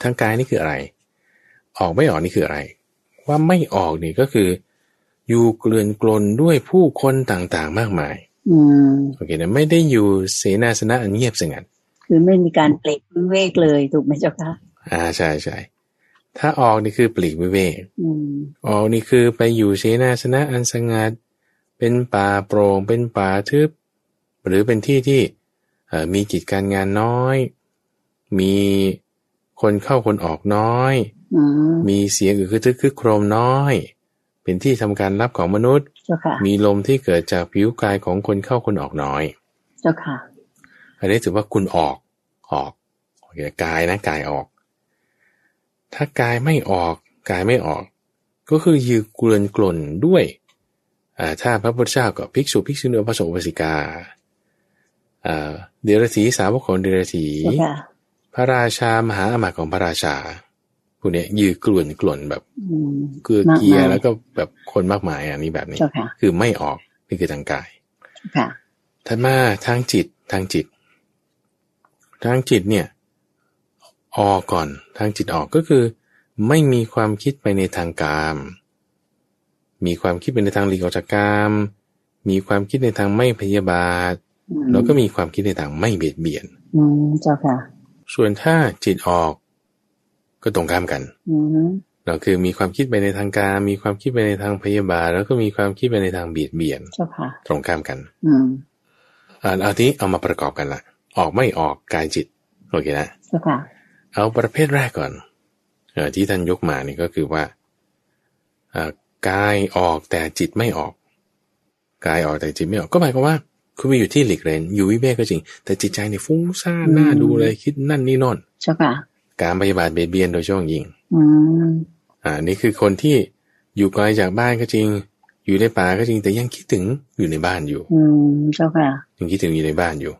Speaker 2: ทั้งกายนี่คืออะไร ออกไม่ออกนี่คืออะไร ว่าไม่ออกนี่ก็คือ อยู่เกลื่อนกลนด้วยผู้คนต่างๆ มากมาย
Speaker 1: อืม
Speaker 2: โอเคนะไม่ได้อยู่เสนาสนะอันเงียบสงัด
Speaker 1: คือไม่มีการเปลีกวิเวกเลยถูกไหมเจ้าค่ะ
Speaker 2: อ่าใช่ใช่ถ้าออกนี่คือปลีกวิเวก
Speaker 1: อืม
Speaker 2: ออกนี่คือไปอยู่เสนาสนะอันสงัด เป็นป่าโปร่งเป็นป่าทึบ หรือเป็นที่ที่เอ่อมีกิจการงานน้อย มีคนเข้าคนออกน้อย
Speaker 1: อืม
Speaker 2: มีเสียงอือคือทึกคือโครมน้อย เป็นที่ทำการรับของมนุษย์
Speaker 1: เจ้าค่ะ
Speaker 2: มีลมที่เกิดจากผิวกายของคนเข้าคนออกน้อย
Speaker 1: เจ้าค่ะ
Speaker 2: อันนี้ถือว่าคุณออกออกโอเคกายนะกายออก ถ้ากายไม่ออกกายไม่ออก ก็คือยืนเกลือนกลนด้วยอ่าถ้าพระพุทธเจ้ากับภิกษุภิกษุณีพระสงฆ์พระสิกาอ่าเดรธีสาวกของเดรธี
Speaker 1: เจ้าค่ะ
Speaker 2: พระราชามหาอมาตย์ของพระราชาผู้นี้ยยืนเกลือนกลนแบบ
Speaker 1: อืม
Speaker 2: เกลือเกลีย
Speaker 1: มากมาย
Speaker 2: แล้วก็แบบคนมากมายอันนี้แบบนี้
Speaker 1: เจ้าค่ะ
Speaker 2: คือไม่ออกนี่คือทางกาย
Speaker 1: ค่ะ
Speaker 2: ถัดมาทางจิตทางจิต ทางจิตเนี่ยออกก่อนทางจิตออกก็คือ ไม่มีความคิดไปในทางกาม มีความคิดไปในทางหลีกออกจากกาม มีความคิดในทางไม่พยาบาท
Speaker 1: อืม
Speaker 2: แล้วก็มีความคิดในทางไม่เบียดเบียน
Speaker 1: อืมเจ้าค่ะ
Speaker 2: ส่วนถ้าจิตออกก็ตรงข้ามกัน
Speaker 1: อืม
Speaker 2: เราคือมีความคิดไปในทางกาม มีความคิดไปในทางพยาบาท แล้วก็มีความคิดไปในทางเบียดเบียน
Speaker 1: เจ้าค่ะ
Speaker 2: ตรงข้ามกัน
Speaker 1: อืม
Speaker 2: อ่าเอาทีนี้เอามาประกอบกันละออกไม่ออกกายจิตโอเคนะ
Speaker 1: เจ้าค่ะ
Speaker 2: เอาประเภทแรกก่อนเออที่ท่านยกมานี่ก็คือว่าอ่ากายออกแต่จิตไม่ออก กายออกแต่จิตไม่ออกก็หมายความว่า คุณไปอยู่ที่หลีกเร้นอยู่วิเวกก็จริง แต่จิตใจเนี่ยฟุ้งซ่าน
Speaker 1: อืม
Speaker 2: น่าดูเลยคิดนั่นนี่โนอน
Speaker 1: เจ้าค่ะ
Speaker 2: การพยาบาทเบียดเบียนโดยช่วงยิง
Speaker 1: อืม
Speaker 2: อ่านี่คือคนที่อยู่ไกลจากบ้านก็จริง อยู่ในป่าก็จริง แต่ยังคิดถึงอยู่ในบ้านอยู่
Speaker 1: อืม เจ้าค่ะ
Speaker 2: ยังคิดถึงอยู่ในบ้านอยู่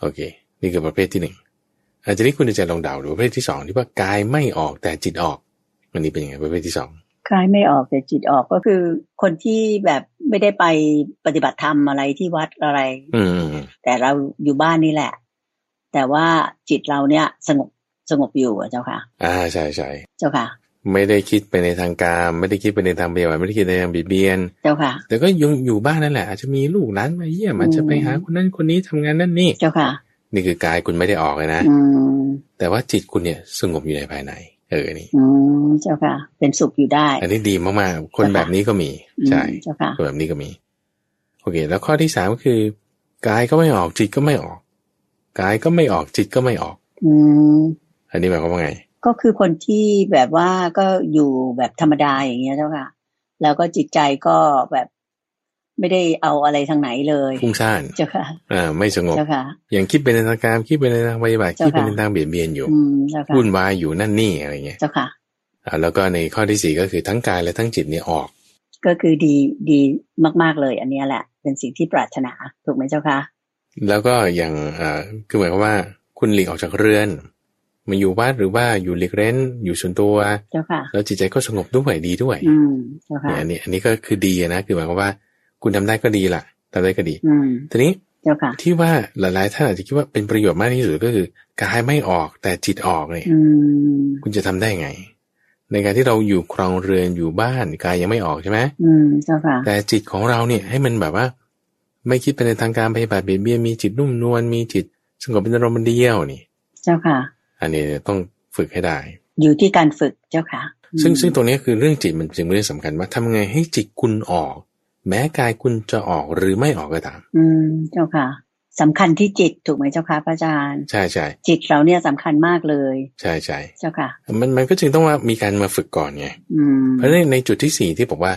Speaker 2: โอเค นี่คือประเภทที่หนึ่งอาจจะนี้คุณจะลองเดาดูประเภทที่สองที่ว่ากายไม่ออกแต่จิตออกอันนี้เป็นยังไงประเภทที่สอง
Speaker 1: คลายไม่ออกแต่จิตออกก็คือ คนที่แบบ ไม่ได้ไปปฏิบัติธรรมอะไรที่วัดอะไร
Speaker 2: อืม
Speaker 1: แต่เราอยู่บ้านนี่แหละ แต่ว่าจิตเราเนี่ยสงบสงบอยู่อะเจ้าค่ะ
Speaker 2: อ่าใช่ใช่
Speaker 1: เจ้าค่ะ
Speaker 2: ไม่ได้คิดไปในทางการมไม่ได้คิดไปในทางเบียดไม่ได้คิดในทางเบียดเบียน
Speaker 1: เจ้าค่ะ
Speaker 2: แต่ก็ยังอยู่บ้านนั่นแหละ อาจจะมีลูกหลานมาเยี่ยมอาจจะไปหาคนนั้นคนนี้ทำงานนั่นนี่
Speaker 1: เจ้าค่ะ
Speaker 2: นี่คือกายคุณไม่ได้ออกเลยนะ
Speaker 1: อืม
Speaker 2: แต่ว่าจิตคุณเนี่ยสงบอยู่ในภายใน เออนี่
Speaker 1: อืมเจ้าค่ะ เป็นสุขอยู่ได้
Speaker 2: อันนี้ดีมากๆ คนแบบนี้ก็มี
Speaker 1: อืม
Speaker 2: ใช่
Speaker 1: เจ้าค่ะ
Speaker 2: คนแบบนี้ก็มี โอเค แล้วข้อที่สามก็คือกายก็ไม่ออกจิตก็ไม่ออก กายก็ไม่ออกจิตก็ไม่ออก
Speaker 1: อืม
Speaker 2: อันนี้หมายความว่าไง
Speaker 1: ก็คือคนที่แบบว่าก็อยู่แบบธรรมดาอย่างเงี้ยเจ้าค่ะ แล้วก็จิตใจก็แบบไม่ได้เอาอะไรทางไหนเลย
Speaker 2: พุ่งซ่าน
Speaker 1: เจ้าค่ะ
Speaker 2: อ่าไม่สงบ
Speaker 1: เจ้าค่ะ
Speaker 2: ยังคิดเป็นในทางการมคิดเป็นในทางปฏิบัติ
Speaker 1: เจ้า
Speaker 2: คิด
Speaker 1: ค่ะ
Speaker 2: เป็นในทางเบียดเบียนอยู่
Speaker 1: อืมเจ้าค่ะ
Speaker 2: วุ่นวายอยู่นั่นนี่อะไรเงี้ย
Speaker 1: เจ้าค่ะ
Speaker 2: อ่าแล้วก็ในข้อที่สี่ก็คือทั้งกายและทั้งจิตเนี่ยออก
Speaker 1: ก็คือดีดีมาก ๆ เลย อันเนี้ยแหละ เป็นสิ่งที่ปรารถนาถูกไหมเจ้าค่ะ
Speaker 2: แล้วก็อย่างเอ่อคือหมายความว่าคุณหลีกออกจากเรือนมาอยู่วัดหรือว่าอยู่หลีกเร้นอยู่ส่วนตัว
Speaker 1: เจ้าค่ะ
Speaker 2: แล้วจิตใจก็สงบด้วยดีด้วย
Speaker 1: อืมเจ้าค่ะ
Speaker 2: เนี่ยอันนี้อันนี้ก็คือดีอะนะคือหมายความว่า คุณทำได้ก็ดีล่ะทำได้ก็ดี
Speaker 1: อืม
Speaker 2: ทีนี้
Speaker 1: เจ้าค่ะ
Speaker 2: ที่ว่าหลายๆท่านอาจจะคิดว่าเป็นประโยชน์มากที่สุดก็คือกายไม่ออกแต่จิตออกเนี่ย
Speaker 1: อืม
Speaker 2: คุณจะทำได้ไง ในการที่เราอยู่ครองเรือนอยู่บ้านกายยังไม่ออกใช่ไหม
Speaker 1: อืมเจ้าค่ะ
Speaker 2: แต่จิตของเราเนี่ยให้มันแบบว่า ไม่คิดไปในทางการปฏิบัติเบียดเบียนมีจิตนุ่มนวลมีจิตสงบเป็นอารมณ์เดียวนี่
Speaker 1: เจ้าค่ะ
Speaker 2: อันนี้ต้องฝึกให้ได้
Speaker 1: อยู่ที่การฝึกเจ้าค่ะ
Speaker 2: ซึ่งซึ่ง
Speaker 1: อืม
Speaker 2: ตรงนี้คือเรื่องจิตมันเป็นเรื่องสำคัญว่าทำไงให้จิตคุณออก แม้กายคุณจะออกหรือไม่ออกก็ตาม
Speaker 1: อืมเจ้าค่ะสำคัญที่จิตถูกไหมเจ้าค่ะพระอาจารย์
Speaker 2: ใช่ใช่
Speaker 1: จิตเราเนี่ยสำคัญมากเลย
Speaker 2: ใช่ใช่
Speaker 1: เจ้าค่ะ
Speaker 2: มันมันก็จึงต้องว่ามีการมาฝึกก่อนไง
Speaker 1: อืม
Speaker 2: เพราะฉะนั้นในจุดที่สี่ที่บอกว่า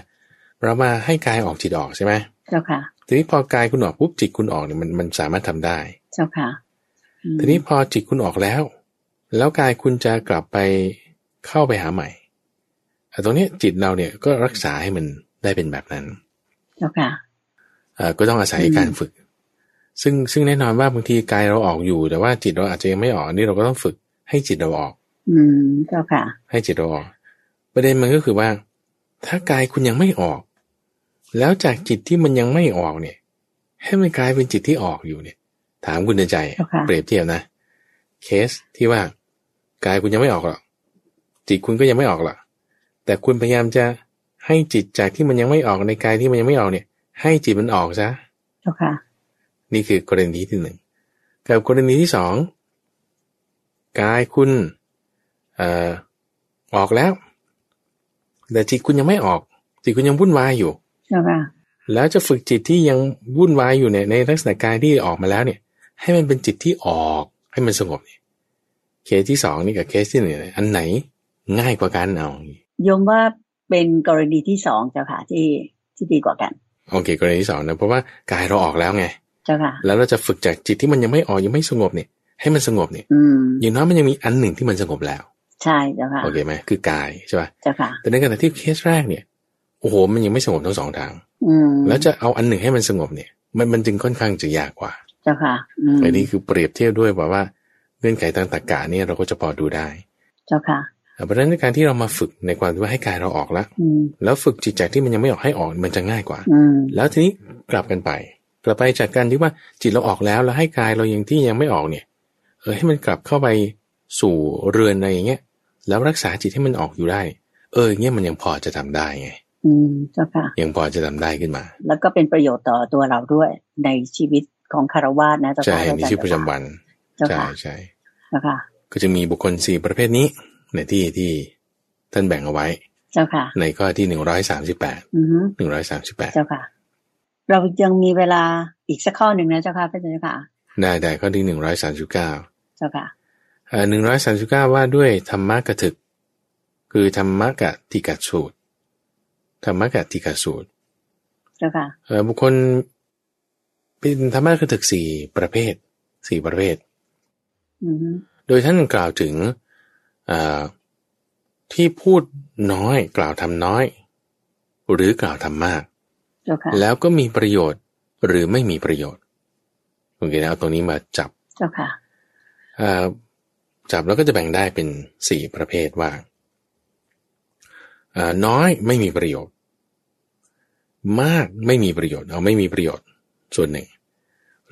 Speaker 2: เรามาให้กายออกจิตออกใช่ไหม
Speaker 1: เจ้าค่ะ
Speaker 2: ทีนี้พอกายคุณออกปุ๊บจิตคุณออกเนี่ยมันมันสามารถทำได้
Speaker 1: เจ้าค่ะอืม
Speaker 2: ทีนี้พอจิตคุณออกแล้ว แล้วกายคุณจะกลับไปเข้าไปหาใหม่แต่ตรงเนี้ยจิตเราเนี่ยก็รักษาให้มันได้เป็นแบบนั้น
Speaker 1: เจ้าค่ะ
Speaker 2: เอ่อก็ต้องอาศัยการฝึก ซึ่งซึ่งแน่นอนว่าบางทีกายเราออกอยู่ แต่ว่าจิตเราอาจจะยังไม่ออกอันนี่เราก็ต้องฝึกให้จิตเราออก
Speaker 1: อืมเจ้าค่ะ
Speaker 2: ให้จิตเราออก ประเด็นมันก็คือว่า ถ้ากายคุณยังไม่ออก แล้วจากจิตที่มันยังไม่ออกเนี่ย ให้มันกลายเป็นจิตที่ออกอยู่เนี่ย ถามคุณเดินใจ
Speaker 1: เจ้าค่ะ
Speaker 2: เปรียบเทียบนะ เคสที่ว่ากายคุณยังไม่ออกหรอกจิตคุณก็ยังไม่ออกหรอกแต่คุณพยายามจะให้จิตจากที่มันยังไม่ออกในกายที่มันยังไม่ออกเนี่ย ให้จิตมันออกซะ
Speaker 1: เจ้าค่ะ
Speaker 2: นี่คือกรณีที่หนึ่งกับกรณีที่สองกายคุณเอ่อออกแล้ว แต่จิตคุณยังไม่ออก จิตคุณยังวุ่นวายอยู่
Speaker 1: เจ้าค่ะ
Speaker 2: แล้วจะฝึกจิตที่ยังวุ่นวายอยู่เนี่ยในลักษณะกายที่ออกมาแล้วเนี่ย ให้มันเป็นจิตที่ออกให้มันสงบเนี่ยเคสที่สองนี่กับเคสที่หนึ่งเนี่ยอันไหนง่ายกว่ากันเอา
Speaker 1: โยมว่าเป็นกรณีที่สองเจ้าค่ะที่ที่ดีกว่ากัน
Speaker 2: โอเคกรณีที่สองนะเพราะว่ากายเราออกแล้วไง
Speaker 1: เจ้าค่ะ
Speaker 2: แล้วเราจะฝึกจากจิตที่มันยังไม่ออกยังไม่สงบเนี่ย ให้มันสงบเนี่ย
Speaker 1: อืม
Speaker 2: อย่างน้อยมันยังมีอันหนึ่งที่มันสงบแล้ว
Speaker 1: ใช่เจ้าค่ะ
Speaker 2: โอเคไหมคือกายใช่ป่ะ
Speaker 1: เจ้าค่ะ
Speaker 2: แต่ในขณะที่เคสแรกเนี่ยโอ้โหมันยังไม่สงบทั้งสองทาง
Speaker 1: อืม
Speaker 2: แล้วจะเอาอันหนึ่งให้มันสงบเนี่ย มันมันจึงค่อนข้างจะยากกว่า
Speaker 1: เจ้าค่ะ อืม
Speaker 2: อันนี้คือเปรียบเทียบด้วยแบบว่าเงื่อนไขทางตรรกะเนี่ยเราก็จะพอดูได้
Speaker 1: เจ้าค่ะ
Speaker 2: เพราะฉะนั้นการที่เรามาฝึกในความที่ว่าให้กายเราออกแล้ว
Speaker 1: อืม
Speaker 2: แล้วฝึกจิตจากที่มันยังไม่ออกให้ออกมันจะง่ายกว่า
Speaker 1: อืม
Speaker 2: แล้วทีนี้กลับกันไป กลับไปจากการที่ว่าจิตเราออกแล้วแล้วให้กายเรายังที่ยังไม่ออกเนี่ย เออให้มันกลับเข้าไปสู่เรือนอะไรอย่างเงี้ยแล้วรักษาจิตให้มันออกอยู่ได้ เอออย่างเงี้ยมันยังพอจะทำได้ไง
Speaker 1: อืม เจ้าค่ะ
Speaker 2: ยังพอจะทำได้ขึ้นมา
Speaker 1: แล้วก็เป็นประโยชน์ต่อตัวเราด้วยในชีวิตของคารวาสนะเจ้า
Speaker 2: ใช่
Speaker 1: ค่ะ
Speaker 2: ในชีวิตประจำวัน
Speaker 1: เจ้า
Speaker 2: ใช่
Speaker 1: ค่ะ
Speaker 2: ใช่
Speaker 1: เจ้าค่ะ
Speaker 2: ก็จะมีบุคคลสี่ประเภทนี้ในที่ที่ท่านแบ่งเอาไว้
Speaker 1: เจ้าค่ะ
Speaker 2: ในข้อที่หนึ่งร้อยสามสิบแปด
Speaker 1: อือฮึ
Speaker 2: หนึ่งร้อยสามสิบแปด
Speaker 1: เจ้าค่ะ เรายังมีเวลาอีกสักข้อหนึ่งนะเจ้าค่ะพระเจ้าค่ะ
Speaker 2: ได้ได้ข้อที่หนึ่งร้อยสามสิบเก้า
Speaker 1: เจ้าค่ะ
Speaker 2: หนึ่งร้อยสามสิบเก้าว่าด้วยธรรมะกถึก คือธรรมะกติกสูตรธรรมะกติกสูตร
Speaker 1: เจ้าค่ะ
Speaker 2: เอ่อบุคคลเป็นธรรมะกถึกสี่ประเภทสี่ประเภท
Speaker 1: อือฮึ
Speaker 2: โดยท่านกล่าวถึงเอ่อที่พูดน้อยกล่าวทำน้อย หรือกล่าวทำมาก
Speaker 1: เจ้าค่ะ
Speaker 2: แล้วก็มีประโยชน์หรือไม่มีประโยชน์โอเคนะเอาตรงนี้มาจับ
Speaker 1: เจ้าค่ะ
Speaker 2: เอ่อจับแล้วก็จะแบ่งได้เป็นสี่ประเภทว่าเอ่อน้อยไม่มีประโยชน์ มากไม่มีประโยชน์ เอาไม่มีประโยชน์ส่วนหนึ่ง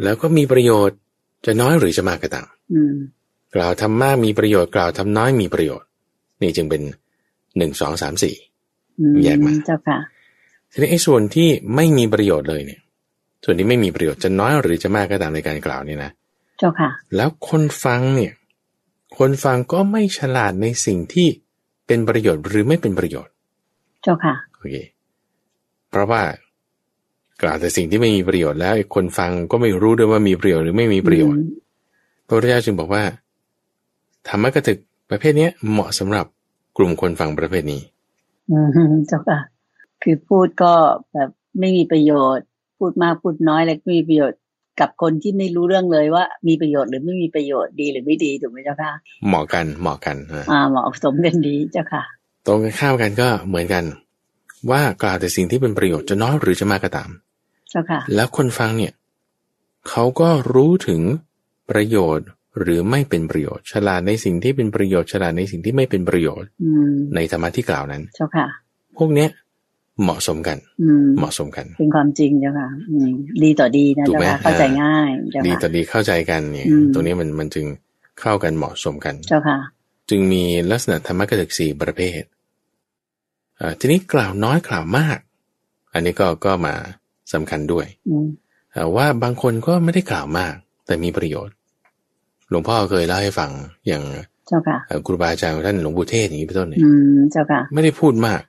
Speaker 2: แล้วก็มีประโยชน์จะน้อยหรือจะมากก็ตาม
Speaker 1: อืม
Speaker 2: กล่าวทำมากมีประโยชน์กล่าวทำน้อยมีประโยชน์ นี่จึงเป็นหนึ่งสองสามสี่
Speaker 1: อืม
Speaker 2: แยกมา
Speaker 1: เจ้าค่ะ
Speaker 2: ทีนี้ไอ้ส่วนที่ไม่มีประโยชน์เลยเนี่ย ส่วนที่ไม่มีประโยชน์จะน้อยหรือจะมากก็ตามในการกล่าวเนี่ยนะ
Speaker 1: เจ้าค่ะ
Speaker 2: แล้วคนฟังเนี่ย คนฟังก็ไม่ฉลาดในสิ่งที่เป็นประโยชน์หรือไม่เป็นประโยชน์
Speaker 1: เจ้าค่ะ
Speaker 2: โอเค เพราะว่ากล่าวแต่สิ่งที่ไม่มีประโยชน์แล้วไอ้คนฟังก็ไม่รู้ด้วยว่ามีประโยชน์หรือไม่มีประโยชน์ พระพุทธเจ้าจึงบอกว่า ธรรมกถึกประเภทเนี้ยเหมาะสำหรับกลุ่มคนฟังประเภทนี้
Speaker 1: อืมเจ้าค่ะ คือพูดก็แบบไม่มีประโยชน์ พูดมากพูดน้อยแล้วก็ไม่มีประโยชน์กับคนที่ไม่รู้เรื่องเลยว่า มีประโยชน์หรือไม่มีประโยชน์ดีหรือไม่ดีถูกไหมเจ้าค่ะ
Speaker 2: เหมาะกันเหมาะกันอ่า
Speaker 1: อ่าเหมาะสมกันดีเจ้าค่ะ
Speaker 2: ตรงกันข้ามกันก็เหมือนกัน ว่ากล่าวแต่สิ่งที่เป็นประโยชน์จะน้อยหรือจะมากก็ตาม
Speaker 1: เจ้าค่ะ
Speaker 2: แล้วคนฟังเนี่ยเขาก็รู้ถึงประโยชน์หรือไม่เป็นประโยชน์ ฉลาดในสิ่งที่เป็นประโยชน์ฉลาดในสิ่งที่ไม่เป็นประโยชน์
Speaker 1: อืม
Speaker 2: ในธรรมะที่กล่าวนั้น
Speaker 1: เจ้าค่ะ
Speaker 2: พวกเนี้ยเหมาะสมกัน
Speaker 1: อืม
Speaker 2: เหมาะสมกัน
Speaker 1: เป็นความจริงเจ้าค่ะ อืม ดีต่อดีนะ
Speaker 2: ถูก
Speaker 1: เจ้า
Speaker 2: ไหม
Speaker 1: ค่ะ เข้าใจ
Speaker 2: อ่า
Speaker 1: ง่ายเจ้า
Speaker 2: ดีต่
Speaker 1: ค่ะ
Speaker 2: อดีเข้าใจกันเนี่ย
Speaker 1: อืม
Speaker 2: ตรงนี้มันมันจึงเข้ากันเหมาะสมกัน
Speaker 1: เจ้าค่ะ
Speaker 2: จึงมีลักษณะธรรมะกถึกสี่ประเภทเอ่อทีนี้กล่าวน้อยกล่าวมาก อันนี้ก็ก็มาสำคัญด้วย
Speaker 1: อืม
Speaker 2: เอ่อว่าบางคนก็ไม่ได้กล่าวมาก แต่มีประโยชน์ หลวงพ่อเคยเล่าให้ฟังอย่าง
Speaker 1: เจ้าค่ะ
Speaker 2: เอ่อครูบาอาจารย์ของท่านหลวงปู่เทศอย่างนี้เป็นต้นเนี่ย
Speaker 1: อืม เจ้าค่ะ
Speaker 2: ไม่ได้พูดมาก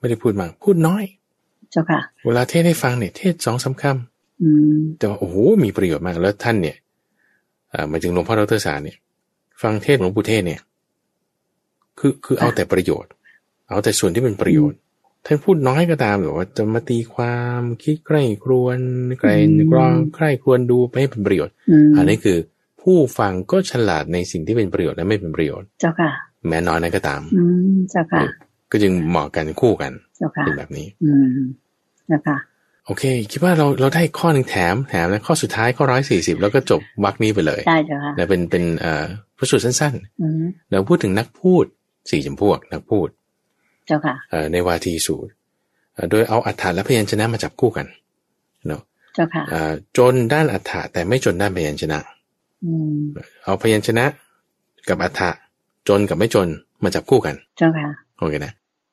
Speaker 2: ไม่ได้พูดมาก พูดน้อย
Speaker 1: เจ้าค่ะ
Speaker 2: เวลาเทศให้ฟังเนี่ยเทศสองสามค
Speaker 1: อืม
Speaker 2: ำแต่ว่าโอ้โหมีประโยชน์มากแล้วท่านเนี่ยเอ่อหมายถึงหลวงพ่อดรสารเนี่ย ฟังเทศหลวงปู่เทศเนี่ย คือคือเอาแต่ประโยชน์ เอาแต่ส่วนที่เป็นประโยชน์ ท่านพูดน้อยก็ตามหรือว่าจะมาตีความคิดใกล้ครวนไกลกรองใกล้ครวนดูไปให้เป็นประโยชน์
Speaker 1: อืม
Speaker 2: อันนี้คือผู้ฟังก็ฉลาดในสิ่งที่เป็นประโยชน์และไม่เป็นประโยชน์
Speaker 1: เจ้าค่ะ
Speaker 2: แม้น้อยนั่นก็ตาม
Speaker 1: อืม เจ้าค่ะ
Speaker 2: ก็จึงเหมาะกันคู่กัน
Speaker 1: เจ้าค่ะ
Speaker 2: เป็นแบบนี้
Speaker 1: อืม เจ้าค่ะ
Speaker 2: โอเค คิดว่าเราเราได้ข้อหนึ่งแถมแถมแล้วข้อสุดท้ายข้อร้อยสี่สิบแล้วก็จบวรรคนี้ไปเลย
Speaker 1: ได้เจ้าค่ะ
Speaker 2: นะเป็นเป็นเอ่อพระสูตรสั้น
Speaker 1: อืม
Speaker 2: ๆ เราพูดถึงนักพูดสี่จำพวกนักพูด
Speaker 1: เจ้าค่ะ
Speaker 2: เอ่อในวาทีสูตรเอ่อโดยเอาอัฏฐะและพยัญชนะมาจับคู่กันเนาะ
Speaker 1: เจ้าค่ะ
Speaker 2: เอ่อจนด้านอัฏฐะแต่ไม่จนด้านพยัญชนะ
Speaker 1: อืม
Speaker 2: เอาพยัญชนะกับอัฏฐะจนกับไม่จนมาจับคู่กัน
Speaker 1: เจ้าค่ะ
Speaker 2: โอเคนะ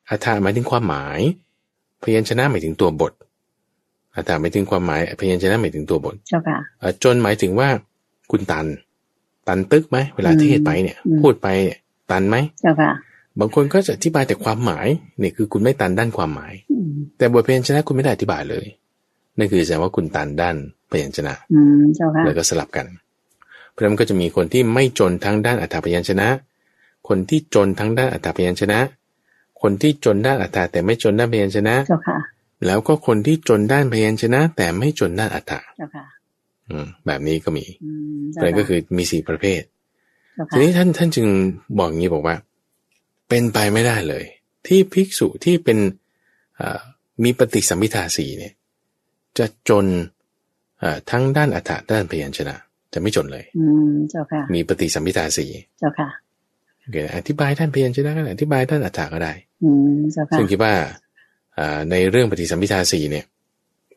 Speaker 2: อัฏฐะหมายถึงความหมาย พยัญชนะหมายถึงตัวบทอัฏฐะหมายถึงความหมาย พยัญชนะหมายถึงตัวบท
Speaker 1: เจ้าค่ะ
Speaker 2: เอ่อจนหมายถึงว่าคุณตัน ตันตึกไหมเวลา
Speaker 1: อืม
Speaker 2: เทศไปเนี่ย
Speaker 1: อืม
Speaker 2: พูดไปเนี่ยตันไหม
Speaker 1: เจ้าค่ะ
Speaker 2: บางคนก็จะอธิบายแต่ความหมายนี่คือคุณไม่ตันด้านความหมาย
Speaker 1: อืม
Speaker 2: แต่บทพยัญชนะคุณไม่ได้อธิบายเลย นั่นคือแสดงว่าคุณตันด้านพยัญชนะ
Speaker 1: อืม เจ้าค่ะ
Speaker 2: แล้วก็สลับกัน เพราะฉะนั้นก็จะมีคนที่ไม่จนทั้งด้านอัฏฐพยัญชนะ คนที่จนทั้งด้านอัฏฐพยัญชนะ คนที่จนด้านอัฏฐแต่ไม่จนด้านพยัญชนะ
Speaker 1: เจ้าค่ะ
Speaker 2: แล้วก็คนที่จนด้านพยัญชนะ แต่ไม่จนด้านอัฏฐะ
Speaker 1: เจ้าค่ะ
Speaker 2: อืมแบบนี้ก็มี
Speaker 1: อืม
Speaker 2: เพ
Speaker 1: เจ้า
Speaker 2: ราะฉะนั้นก็
Speaker 1: ค่ะ
Speaker 2: คือมีสี่ประเภท
Speaker 1: เจ้า
Speaker 2: ที
Speaker 1: ค่ะ
Speaker 2: นี้ท่านท่านจึงบอกอย่างนี้บอกว่า เป็นไปไม่ได้เลย ที่ภิกษุที่เป็นเอ่อมีปฏิสัมพิทาสีเนี่ย จะจนเอ่อทั้งด้านอัฏฐะด้านพยัญชนะ จะไม่จนเลย
Speaker 1: อืม เจ้าค่ะ
Speaker 2: มีปฏิสัมพิทาสี
Speaker 1: เจ้าค่ะ
Speaker 2: โอเคนะอธิบายท่านพยัญชนะก็ได้อธิบายท่านอัฏฐาก็ได้
Speaker 1: อืม เจ้าค่ะ
Speaker 2: ซึ่งคิดว่าอ่าในเรื่องปฏิสัมพิทาสีเนี่ย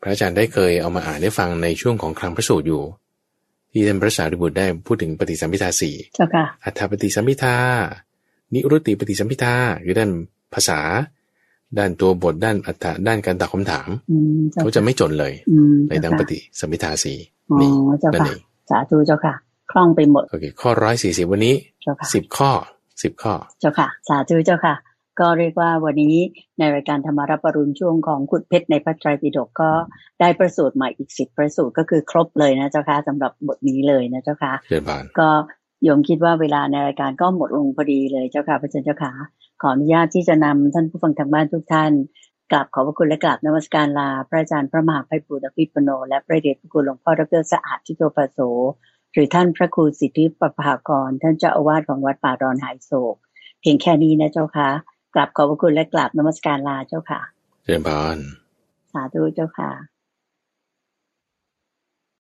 Speaker 2: พระอาจารย์ได้เคยเอามาอ่านได้ฟังในช่วงของครั้งพระสูตรอยู่ ที่ท่านพระสารีบุตรได้พูดถึงปฏิสัมพิทาสี
Speaker 1: เจ้าค่ะ
Speaker 2: อัฏฐปฏิสัมพิทา นิรุตติปฏิสัมพิทาคือด้านภาษา ด้านตัวบทด้านอัฏฐะด้านการตอบคำถาม
Speaker 1: อืม เจ้า
Speaker 2: เขา
Speaker 1: ค่ะ
Speaker 2: จะไม่จนเลย
Speaker 1: อืม
Speaker 2: ในทางปฏิสัมพิทาสี
Speaker 1: อ๋อ
Speaker 2: นี่
Speaker 1: เจ้า
Speaker 2: นั่น
Speaker 1: ค่ะ
Speaker 2: เอง
Speaker 1: สาธุเจ้าค่ะ คล่องไปหมด
Speaker 2: โอเคข้อร้อยสี่สิบวันนี้
Speaker 1: เจ้าค่ะ
Speaker 2: สิบข้อสิบข้อ
Speaker 1: เจ้าค่ะ สาธุเจ้าค่ะ ก็เรียกว่าวันนี้ในรายการธรรมารับปรุณช่วงของขุดเพชรในพระไตรปิฎกก็ได้ประสูตรใหม่อีกสิบประสูตรก็คือครบเลยนะเจ้าค่ะสำหรับบทนี้เลยนะเจ้าค่ะ
Speaker 2: เดินผ่าน
Speaker 1: ก็โยมคิดว่าเวลาในรายการก็หมดลงพอดีเลยเจ้าค่ะพระเจ้าเจ้าค่ะขออนุญาตที่จะนำท่านผู้ฟังทางบ้านทุกท่านกราบขอบพระคุณและกราบนมัสการลา พระอาจารย์พระมหาไพบูลย์อภิปุโน และพระเดชพระคุณหลวงพ่อดรสะอาดทิโตปโส หรือท่านพระครูสิทธิปภากร ท่านเจ้าอาวาสของวัดป่าดอนหายโศก เพียงแค่นี้นะเจ้าค่ะกราบขอบพระคุณและกราบนมัสการลาเจ้าค่ะ
Speaker 2: เดินผ่าน
Speaker 1: สาธุเจ้าค่ะ